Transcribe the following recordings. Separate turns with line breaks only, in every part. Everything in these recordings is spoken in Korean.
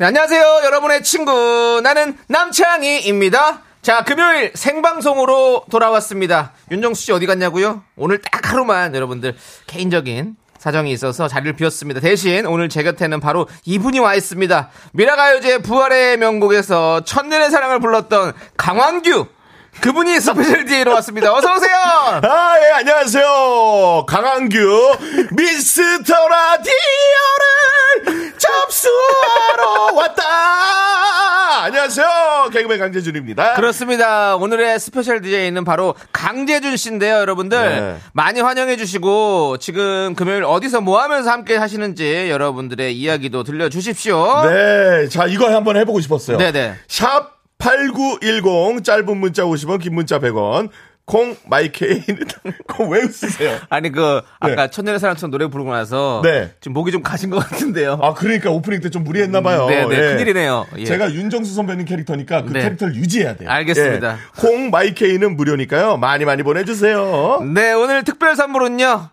네, 안녕하세요, 여러분의 친구. 나는 남창희입니다. 자, 금요일 생방송으로 돌아왔습니다. 윤정수 씨 어디 갔냐고요? 오늘 딱 하루만 여러분들 개인적인 사정이 있어서 자리를 비웠습니다. 대신 오늘 제 곁에는 바로 이분이 와 있습니다. 미라가요제 부활의 명곡에서 천년의 사랑을 불렀던 강왕규. 그분이 스페셜 DJ로 왔습니다. 어서오세요!
아, 예, 안녕하세요. 강한규, 미스터 라디오를 접수하러 왔다! 안녕하세요. 개그맨 강재준입니다.
그렇죠. 그렇습니다. 오늘의 스페셜 DJ는 바로 강재준 씨인데요, 여러분들.
네.
많이 환영해 주시고, 지금 금요일 어디서 뭐 하면서 함께 하시는지 여러분들의 이야기도 들려주십시오.
네, 자, 이거 한번 해보고 싶었어요.
네네.
샵 8910, 짧은 문자 50원, 긴 문자 100원, 콩, 마이케이는, 콩왜 웃으세요?
아니, 그, 아까 천년의 사랑처럼 노래 부르고 나서,
네.
지금 목이 좀 가신 것 같은데요.
아, 그러니까 오프닝 때 좀 무리했나봐요.
음, 네네, 큰일이네요. 예.
제가 윤정수 선배님 캐릭터니까 그
네.
캐릭터를 유지해야 돼요.
알겠습니다.
예. 콩 마이케이는 무료니까요. 많이 많이 보내주세요.
네, 오늘 특별 선물은요,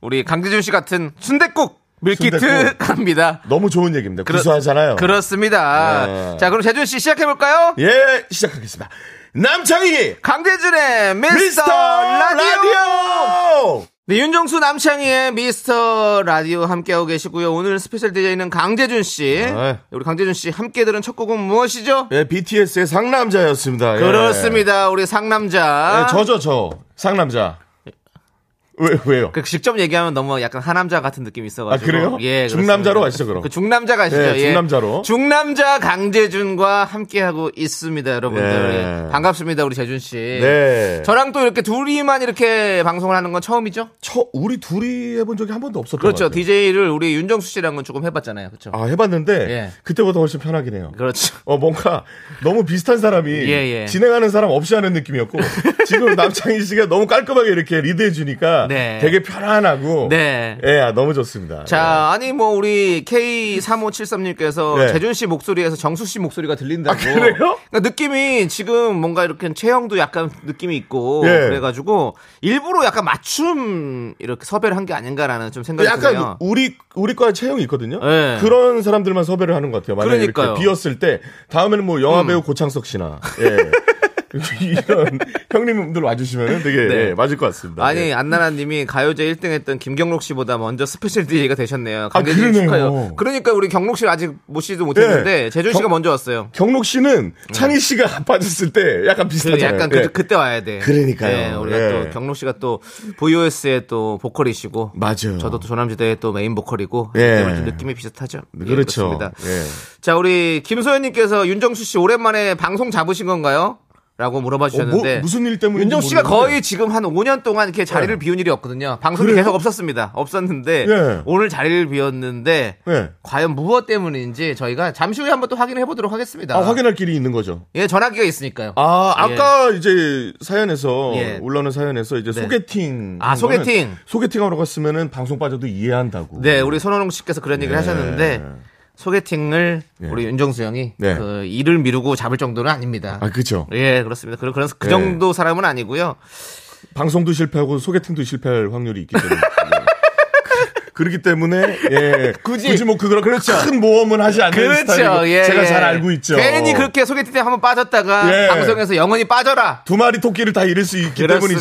우리 강재준 씨 같은 순댓국 밀키트
순댓국.
갑니다.
너무 좋은 얘기입니다.
그렇-
구수하잖아요.
그렇습니다.
네.
자, 그럼 재준 씨 시작해볼까요?
예, 시작하겠습니다. 남창희
강재준의 미스터,
미스터
라디오!
라디오.
네, 윤정수 남창희의 미스터 라디오 함께하고 계시고요. 오늘 스페셜 DJ는 강재준 씨.
네.
우리 강재준 씨 함께 들은 첫 곡은 무엇이죠?
예, BTS의 상남자였습니다. 예.
그렇습니다. 우리 상남자.
예, 저죠 저 상남자. 왜 왜요?
그 직접 얘기하면 너무 약간 하남자 같은 느낌이 있어가지고.
아, 그래요?
예. 그렇습니다.
중남자로 가시죠, 그럼.
그 중남자 가시죠.
예,
예.
중남자로.
중남자 강재준과 함께하고 있습니다, 여러분들.
예.
예. 반갑습니다, 우리 재준 씨.
네.
저랑 또 이렇게 둘이만 이렇게 방송을 하는 건 처음이죠?
저 우리 둘이 해본 적이 한 번도 없었던
그렇죠.
것 같아요.
DJ를 우리 윤정수 씨랑은 조금 해봤잖아요. 그렇죠.
아 해봤는데
예.
그때보다 훨씬 편하긴 해요.
그렇죠.
어 뭔가 너무 비슷한 사람이
예, 예.
진행하는 사람 없이 하는 느낌이었고 지금 남창희 씨가 너무 깔끔하게 이렇게 리드해 주니까
네.
되게 편안하고
네.
예, 아, 너무 좋습니다.
자, 아니 뭐 우리 K3573님께서
네.
재준 씨 목소리에서 정수 씨 목소리가 들린다고.
아, 그래요?
그러니까 느낌이 지금 뭔가 이렇게 체형도 약간 느낌이 있고
예.
그래가지고 일부러 약간 맞춤 이렇게 섭외를 한 게 아닌가라는 좀
예.
생각이
약간
드네요.
우리 우리 과에 채용이 있거든요.
예.
그런 사람들만 섭외를 하는 것 같아요. 만약에
그러니까요.
이렇게 비었을 때 다음에는 뭐 영화 배우 고창석 씨나 예. 이런 형님들 와주시면 되게
네.
예, 맞을 것 같습니다.
아니
예.
안나라님이 가요제 1등했던 김경록 씨보다 먼저 스페셜 DJ가 되셨네요. 강대진
아, 그러네요.
축하요. 그러니까 우리 경록 씨를 아직 모시지도 못했는데
예.
재준 씨가
경-
먼저 왔어요.
경록 씨는 창희 씨가 빠졌을 때 약간
음. 그
비슷하잖아요.
약간 그,
예.
그때 와야 돼.
그러니까요.
예, 우리가
예.
또 경록 씨가 또 VOS의 또 보컬이시고
맞아요.
저도 또 조남지대의 또 메인 보컬이고
예.
때문에 좀 느낌이 비슷하죠. 예,
그렇죠.
그렇습니다.
예.
자 우리 김소연님께서 윤정수 씨 오랜만에 방송 잡으신 건가요? 라고 물어봐 주셨는데
어, 뭐, 무슨 일 때문인지
윤정 씨가
모르겠는데.
거의 지금 한 5년 동안 이렇게 자리를 비운 일이 없거든요. 방송이
그래요?
계속 없었습니다. 없었는데
예.
오늘 자리를 비웠는데
예.
과연 무엇 때문인지 저희가 잠시 후에 한번 또 확인해 보도록 하겠습니다.
아, 확인할 길이 있는 거죠.
예, 전화기가 있으니까요.
아,
예.
아까 이제 사연에서
예.
올라오는 사연에서 이제
네.
소개팅
아,
한 거는
소개팅.
소개팅하러 갔으면은 방송 빠져도 이해한다고.
네, 우리 손호농 씨께서 그런
예.
얘기를 하셨는데 소개팅을 우리 윤정수 형이
네.
그 일을 미루고 잡을 정도는 아닙니다.
아, 그죠.
예, 그렇습니다. 그런 그런 그
예.
정도 사람은 아니고요.
방송도 실패하고 소개팅도 실패할 확률이 있기 때문에. 예. 그렇기 때문에 예.
굳이. 그렇죠.
뭐 그런 큰 모험은 하지 않는 스타일이고 그렇죠. 제가
예.
잘 알고 있죠.
괜히 그렇게 소개팅 때 한번 빠졌다가
예.
방송에서 영원히 빠져라.
두 마리 토끼를 다 잃을 수 있기
그렇습니다.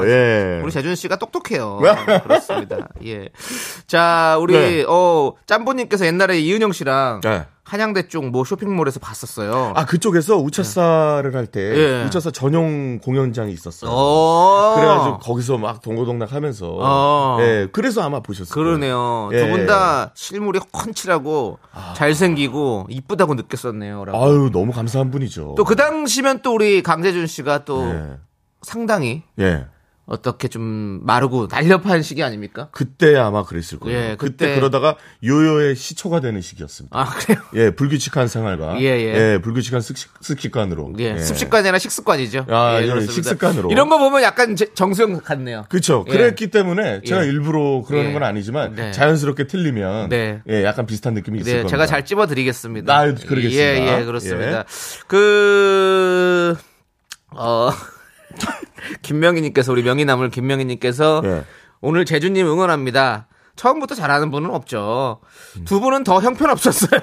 때문이죠. 예.
우리 재준 씨가 똑똑해요. 그렇습니다. 예. 자, 우리
네.
어 짬보님께서 옛날에 이은영 씨랑
네.
한양대 쪽 뭐 쇼핑몰에서 봤었어요.
아 그쪽에서 우차사를 할 때
예.
우차사 전용 공연장이 있었어요.
어.
그래가지고 거기서 막 동고동락하면서
어.
예 그래서 아마 보셨을 거예요.
그러네요.
예. 아.
두 분 다 실물이 훤칠하고 잘생기고 이쁘다고 느꼈었네요. 라고.
아유 너무
그-
감사한 분이죠.
또 그 당시면 또 우리 강재준 씨가 또
예.
상당히
예.
어떻게 좀 마르고 날렵한 시기 아닙니까?
그때야 아마 그랬을 거예요.
예,
그때,
그때.
그러다가 요요의 시초가 되는 시기였습니다.
아 그래요.
예, 불규칙한 생활과
예, 예.
불규칙한 습식, 관으로
예, 습식관이나 식습관이죠.
아, 예,
그렇습니다.
식습관으로.
이런 거 보면 약간 제- 정수영 같네요.
그렇죠.
예.
그랬기 때문에 제가
예.
일부러 그러는
예.
건 아니지만
네.
자연스럽게 틀리면
네.
예, 약간 비슷한 느낌이 있을
네,
겁니다.
제가 잘 찝어드리겠습니다.
아, 그러겠습니다.
예, 예, 그렇습니다. 그, 어, 김명희님께서, 우리 명희나물 김명희님께서
예.
오늘 재주님 응원합니다. 처음부터 잘하는 분은 없죠. 두 분은 더 형편 없었어요.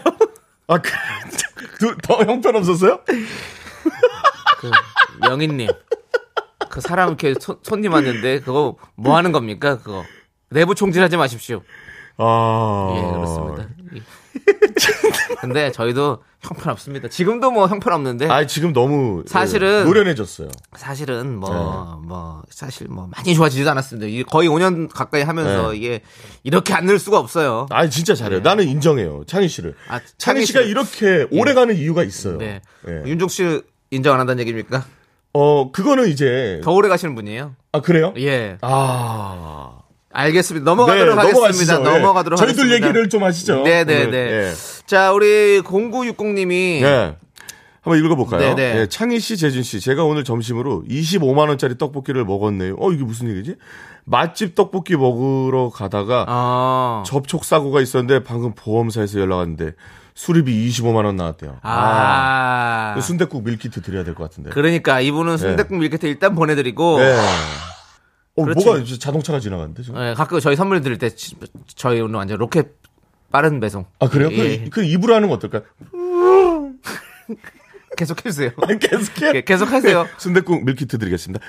아, 그, 두- 더 형편없었어요?
명희님. 그 사람 이렇게 손, 손님 왔는데 그거 뭐 하는 겁니까? 그거. 내부 총질하지 마십시오.
아.
예, 그렇습니다. 예. 근데 저희도 형편 없습니다. 지금도 뭐 형편 없는데
아, 지금 너무 예,
사실은-
노련해졌어요.
사실은 뭐
네.
뭐 사실 뭐 많이 좋아지지도 않았습니다. 이게 거의 5년 가까이 하면서
네.
이게 이렇게 안 늘 수가 없어요.
아, 진짜 잘해요. 나는 인정해요. 창희 씨를.
네. 아,
창희
창희
씨가
씨를- 예.
이렇게 오래 가는 이유가 있어요.
네.
예.
윤종 씨 인정 안 한다는 얘기입니까?
어, 그거는 이제
더 오래 가시는 분이에요.
아, 그래요?
예.
아.
알겠습니다. 넘어가도록 하겠습니다.
넘어가시죠. 예.
넘어가도록 하겠습니다.
저희들 얘기를 좀 하시죠.
네네네.
오늘. 예.
자, 우리 0960님이
예. 한번 읽어볼까요?
네네.
예, 창희 씨, 재준 씨, 제가 오늘 점심으로 25만 원짜리 떡볶이를 먹었네요. 어 이게 무슨 얘기지? 맛집 떡볶이 먹으러 가다가
아.
접촉 사고가 있었는데 방금 보험사에서 연락 왔는데 수리비 25만 원 나왔대요.
아.
순댓국 밀키트 드려야 될 것 같은데.
그러니까 이분은
네.
순댓국 밀키트 일단 보내 드리고
예. 어,
그렇지. 아,
뭐가 이제 자동차가 지나갔는데 지금?
네, 가끔 저희 선물 드릴 때 지- 저희 오늘 완전 로켓 빠른 배송.
아 그래요?
예.
그, 그 입으로 하는 거 어떨까요?
계속 해주세요.
계속해.
예, 계속하세요.
네. 순댓국 밀키트 드리겠습니다.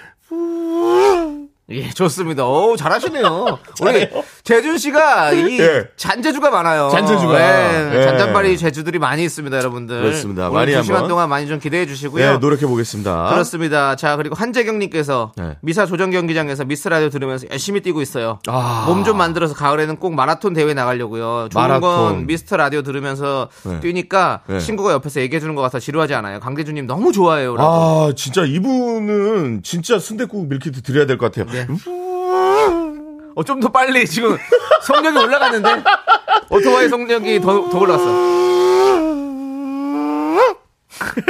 예, 좋습니다. 오, 잘하시네요. 우리 재준 씨가 이
예.
잔재주가 많아요.
잔재주가.
예,
예.
잔잔바리 재주들이 많이 있습니다, 여러분들.
그렇습니다.
오늘
많이
두 시간
한번.
동안 많이 좀 기대해 주시고요.
예, 노력해 보겠습니다.
그렇습니다. 자, 그리고 한재경님께서
네.
미사 조정 경기장에서 미스 라디오 들으면서 열심히 뛰고 있어요.
아.
몸 좀 만들어서 가을에는 꼭 마라톤 대회 나가려고요. 좋은
마라톤.
건 미스터 라디오 들으면서
네.
뛰니까
네.
친구가 옆에서 얘기해 주는 것 같아 지루하지 않아요. 강대준님 너무 좋아해요. 라고.
아, 진짜 이분은 진짜 순댓국 밀키트 드려야 될 것
네.
같아요. 음.
어, 좀 더 빨리 지금 성력이 올라갔는데 오토바이 성력이 더, 더 올라갔어.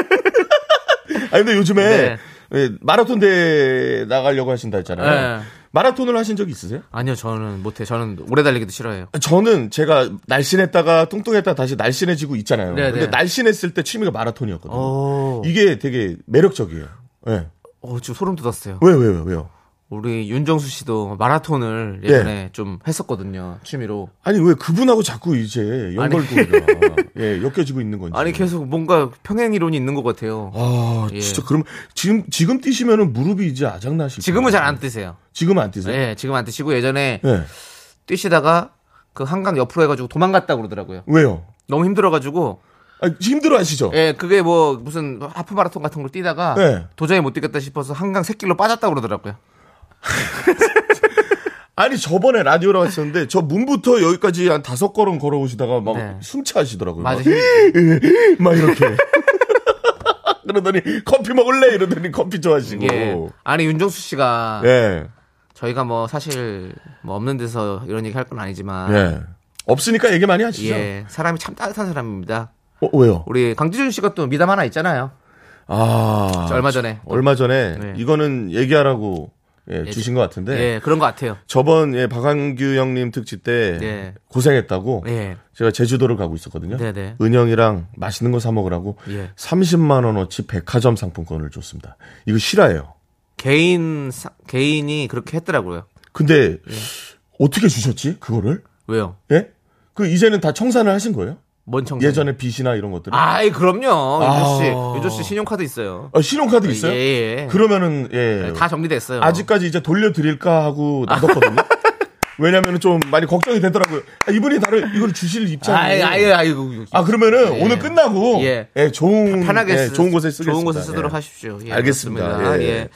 아, 근데 요즘에
네.
예, 마라톤 대회 나가려고 하신다 했잖아요.
네.
마라톤을 하신 적 있으세요?
아니요, 저는 못해. 저는 오래 달리기도 싫어해요.
저는 제가 날씬했다가 뚱뚱했다가 다시 날씬해지고 있잖아요.
네, 어.
근데
네.
날씬했을 때 취미가 마라톤이었거든요.
오.
이게 되게 매력적이에요. 예.
어, 지금 소름 돋았어요.
왜, 왜, 왜, 왜요?
우리 윤정수 씨도 마라톤을 예전에 좀 했었거든요. 취미로.
아니, 왜 그분하고 자꾸 이제 연결고리가 예, 엮여지고 있는 건지.
아니 계속 뭔가 평행 이론이 있는 것 같아요.
아,
예.
진짜 그럼 지금 지금 뛰시면은 무릎이 이제 아작나실
지금은
거예요.
잘 안 뜨세요.
지금 안 뛰세요?
예, 지금 안 뜨시고 예전에
예.
뛰시다가 그 한강 옆으로 해가지고 도망갔다 그러더라고요.
왜요?
너무 힘들어가지고
아, 힘들어 하시죠?
예, 그게 뭐 무슨 하프 마라톤 같은 걸 뛰다가
네.
도저히 못 뛰겠다 싶어서 한강 샛길로 빠졌다 그러더라고요.
아니, 저번에 라디오라고 했었는데, 저 문부터 여기까지 한 다섯 걸음 걸어오시다가 막
네.
숨차하시더라고요.
맞아.
막, 막 이렇게. 그러더니 커피 먹을래? 이러더니 커피 좋아하시고.
예. 아니 윤정수 씨가
예.
저희가 뭐 사실 뭐 없는 데서 이런 얘기 할 건 아니지만
예. 없으니까 얘기 많이 하시죠?
예, 사람이 참 따뜻한 사람입니다.
어, 왜요?
우리 강지준 씨가 또 미담 하나 있잖아요.
아.
저 얼마 전에
얼마 전에,
네.
이거는 얘기하라고 예, 주신 것 같은데,
예, 그런 것 같아요.
저번 예, 박한규 형님 특집 때
네.
고생했다고
예.
제가 제주도를 가고 있었거든요.
네네.
은영이랑 맛있는 거 사 먹으라고
예.
30만 원어치 백화점 상품권을 줬습니다. 이거 실화예요.
개인 사- 개인이 그렇게 했더라고요.
근데
예.
어떻게 주셨지? 그거를?
왜요?
예? 그 이제는 다 청산을 하신 거예요?
뭔 청산?
예전에 빚이나 이런 것들. 아,
아이 그럼요. 윤조 씨,
아.
윤조 씨 신용카드 있어요.
신용카드 아, 있어요?
예, 예.
그러면은 예.
다 정리됐어요. 아.
아직까지 이제 돌려드릴까 하고 놔뒀거든요. 왜냐면 은좀 많이 걱정이 되더라고요. 아, 이분이 다를 이걸 주실
아이
입장이에요.
아이 아이고.
아 그러면은
예.
오늘 끝나고
예.
예, 좋은
편하게
예,
쓰,
좋은 곳에 쓰겠습니다.
좋은 곳에 쓰도록
예.
하십시오. 예,
알겠습니다.
그렇습니다.
예.
예.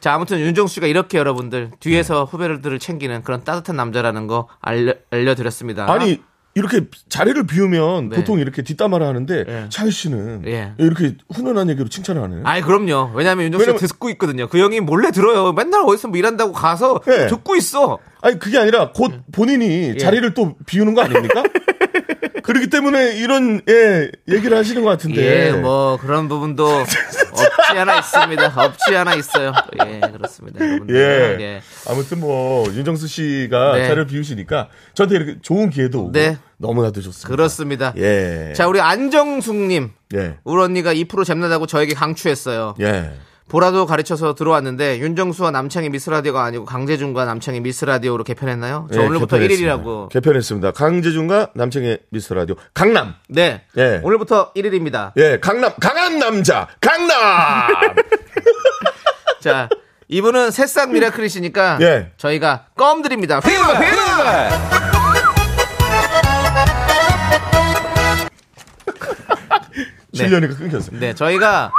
자 아무튼 윤종수 씨가 이렇게 여러분들 뒤에서 후배들을 챙기는 그런 따뜻한 남자라는 거 알려 알려드렸습니다.
아니 이렇게 자리를 비우면
네.
보통 이렇게 뒷담화를 하는데
예.
차희 씨는
예.
이렇게 훈훈한 얘기로 칭찬을 하네요.
아이 그럼요. 왜냐하면 윤정 씨가
왜냐면-
듣고 있거든요. 그 형이 몰래 들어요. 맨날 어디서 뭐 일한다고 가서
네.
듣고 있어.
아니 그게 아니라 곧
예.
본인이 자리를 또 비우는 거 아닙니까? 그렇기 때문에 이런 예 얘기를 하시는 것 같은데
예, 뭐 그런 부분도 없지 않아 있습니다. 없지 않아 있어요. 예, 그렇습니다. 여러분들.
예.
예.
아무튼 뭐 윤정수 씨가
네.
자리를 비우시니까 저한테 이렇게 좋은 기회도 오고
네.
너무나도 좋습니다.
그렇습니다.
예.
자, 우리 안정숙님.
예.
우리 언니가 2% 잼나다고 저에게 강추했어요.
예.
보라도 가르쳐서 들어왔는데 윤정수와 남창희 미스라디오가 아니고 강재준과 남창희 미스라디오로 개편했나요? 저
예,
오늘부터
개편했습니다.
1일이라고.
개편했습니다. 강재준과 남창의 미스터 라디오 강남.
네.
예.
오늘부터 1일입니다.
예, 강남 강한 남자 강남.
자, 이분은 새싹 미라클이시니까
예.
저희가 껌 드립니다. 휘발, 휘발! 네.
7년이가 끊겼어요.
네, 저희가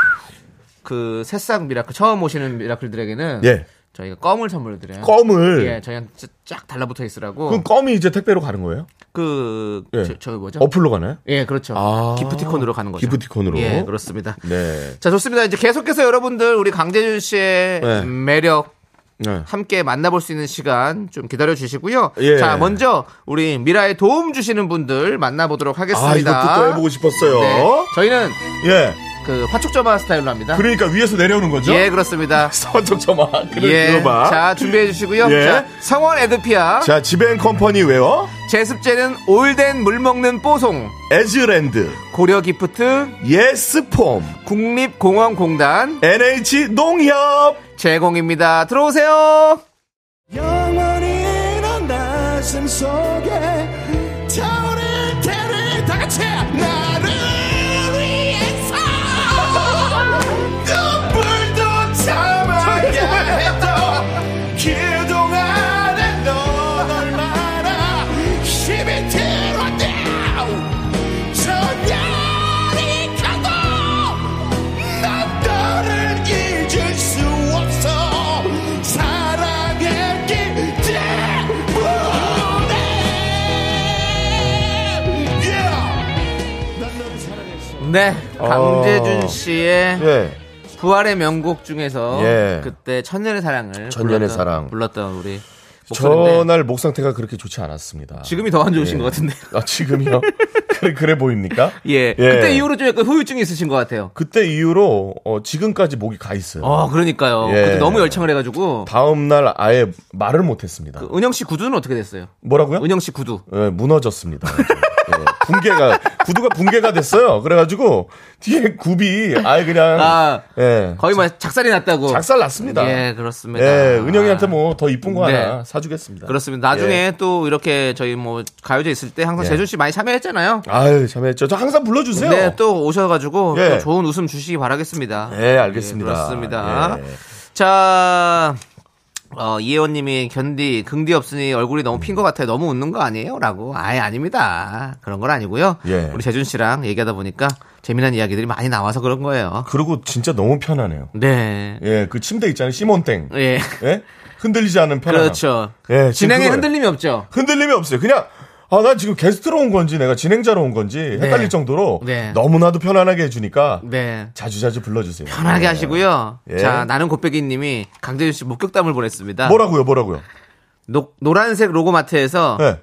그 새싹 미라클 처음 오시는 미라클들에게는
예.
저희가 껌을 선물로 드려요.
껌을
예, 저희한테 쫙 달라붙어 있으라고.
그럼 껌이 이제 택배로 가는 거예요?
그,
예.
저, 저 뭐죠?
어플로 가나요?
예, 그렇죠.
아.
기프티콘으로 가는 거죠.
기프티콘으로.
예, 그렇습니다.
네.
자, 좋습니다. 이제 계속해서 여러분들 우리 강재준 씨의
네.
매력
네.
함께 만나볼 수 있는 시간 좀 기다려 주시고요.
예.
자, 먼저 우리 미라에 도움 주시는 분들 만나보도록 하겠습니다.
아, 이것도 또 해보고 싶었어요.
네, 저희는
예.
그 화촉점화 스타일로 합니다.
그러니까 위에서 내려오는 거죠?
예, 그렇습니다.
서쪽점화. 그래,
예.
들어봐.
자, 준비해 주시고요.
예.
자, 성원 에드피아,
자, 지벤컴퍼니 웨어,
제습제는 올덴 물 먹는 뽀송,
에즈랜드,
고려 기프트,
예스폼,
국립공원공단
NH 농협.
제공입니다. 들어오세요.
영원히 넌 가슴 속에 차오를 테니 다 같이 나를 위해서 눈물도 참아야 했던 그동안에 넌 얼마나 힘이 들었냐 전열이 가도 난 너를 잊을 수 없어 사랑했기 때문에 Yeah. 난 너를 사랑했어
네. 강재준
어.
씨의 부활의 명곡 중에서
예.
그때 천년의 사랑을 불렀던,
천년의 사랑.
불렀던 우리 목소리인데 네.
전날 목 상태가 그렇게 좋지 않았습니다.
지금이 더 안 좋으신
예.
것 같은데.
아, 지금이요? 그래, 그래 보입니까?
예. 그때 이후로 좀 약간 후유증이 있으신 것 같아요.
그때 이후로 어, 지금까지 목이 가 있어요.
어, 그러니까요.
예.
그때 너무 열창을 해가지고
다음 날 아예 말을 못했습니다.
그 은영 씨 구두는 어떻게 됐어요?
뭐라고요?
은영 씨 구두.
예, 무너졌습니다. 예, 붕괴가 구두가 붕괴가 됐어요. 그래가지고 뒤에 굽이 아예 그냥
아,
예,
거의 뭐 작살이 났다고.
작살 났습니다.
예, 그렇습니다.
예, 은영이한테 뭐 더 이쁜 거
네.
하나 사주겠습니다.
그렇습니다. 나중에 또 이렇게 저희 뭐 가요제 있을 때 항상
예.
재준 씨 많이 참여했잖아요.
아유 참했죠. 저 항상 불러주세요.
네, 또 오셔가지고
예.
또 좋은 웃음 주시기 바라겠습니다.
예, 알겠습니다.
예, 그렇습니다.
예.
자, 어, 이혜원님이 견디 긍디 없으니 얼굴이 너무 핀 것 같아요. 너무 웃는 거 아니에요?라고. 아예 아닙니다. 그런 건 아니고요.
예.
우리 재준 씨랑 얘기하다 보니까 재미난 이야기들이 많이 나와서 그런 거예요.
그리고 진짜 너무 편하네요.
네,
예, 그 침대 있잖아요. 시몬땡.
예,
예? 흔들리지 않은 편안함.
그렇죠.
예, 지금
진행에
그거예요.
흔들림이 없죠.
흔들림이 없어요. 그냥 아, 난 지금 게스트로 온 건지 내가 진행자로 온 건지 헷갈릴 정도로
네.
너무나도 편안하게 해주니까
네.
자주자주 불러주세요.
편하게 하시고요.
네. 예.
자, 나는 곱빼기님이 강재준 씨 목격담을 보냈습니다.
뭐라고요, 뭐라고요?
노, 노란색 로고마트에서
예.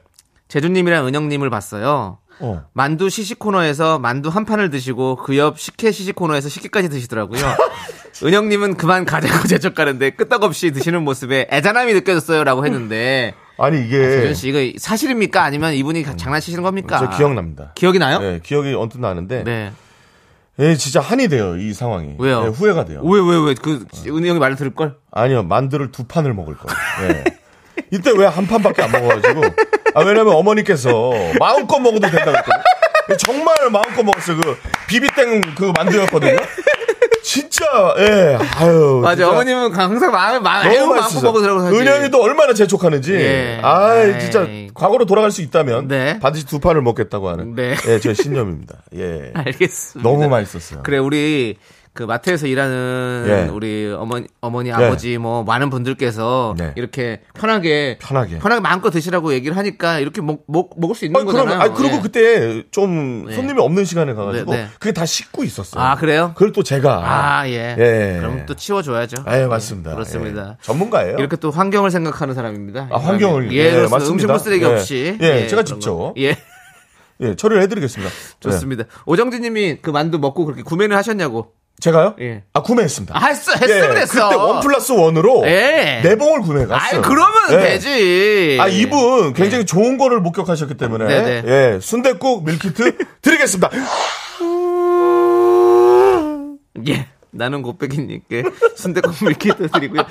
재준님이랑 은영님을 봤어요.
어.
만두 시식 코너에서 만두 한 판을 드시고 그 옆 식혜 시식 코너에서 식혜까지 드시더라고요. 은영님은 그만 가자고 재촉하는데 끄떡없이 드시는 모습에 애잔함이 느껴졌어요라고 했는데
아니 이게
재준 씨 이거 사실입니까? 아니면 이분이 가- 장난치시는 겁니까?
예. 음. 저 기억납니다.
기억이 나요?
예, 기억이 언뜻 나는데
네.
예, 진짜 한이 돼요 이 상황이.
왜요?
예, 후회가 돼요.
왜 왜 왜 그 은영이 말을 들을 걸?
아니요, 만두를 두 판을 먹을 거예요. 예. 이때 왜 한 판밖에 안 먹어가지고. 아, 왜냐면 어머니께서 마음껏 먹어도 된다고 했거든요. 정말 마음껏 먹었어요. 그 비비땡 그 만두였거든요. 진짜, 예. 아유.
맞아.
진짜
어머님은 항상 마음 마음
너무
애우 마음껏
맛있었어요.
먹으라고 하지.
은영이도 얼마나 재촉하는지.
예.
아
아이.
진짜 과거로 돌아갈 수 있다면
네.
반드시 두 판을 먹겠다고 하는
네.
예, 저의 신념입니다. 예.
알겠습니다.
너무 맛있었어요.
그래 우리 그 마트에서 일하는
예.
우리 어머니, 어머니,
네.
아버지 뭐 많은 분들께서
네.
이렇게 편하게
편하게.
편하게 마음껏 드시라고 얘기를 하니까 이렇게 먹, 먹 먹을 수 있는
아니, 그럼,
거잖아요.
아니, 그리고
예.
그때 좀
네.
손님이 없는 시간에 가가지고
네, 네.
그게 다 씻고 있었어요.
아, 그래요?
그걸 또 제가.
아, 예.
예.
그럼 또 치워줘야죠.
예, 맞습니다.
예, 그렇습니다.
예. 전문가예요.
이렇게 또 환경을 생각하는 사람입니다.
아, 환경을.
예,
예,
그렇습니다.
맞습니다.
음식물 쓰레기
예.
없이.
예, 제가
그런
직접.
거. 예,
예, 처리를 해드리겠습니다. 예.
좋습니다. 오정진 님이 그 만두 먹고 그렇게 구매를 하셨냐고.
제가요?
예.
아, 구매했습니다.
아, 했어, 했으면
예,
했어.
그때 원 플러스 원으로
예.
네 봉을 구매해 갔어요.
아이, 그러면
예.
되지. 예.
아, 이분 굉장히 좋은 거를 목격하셨기 때문에
네,
예, 순대국 밀키트 드리겠습니다.
예. 나는 곱빼기님께 순대국 밀키트 드리고요.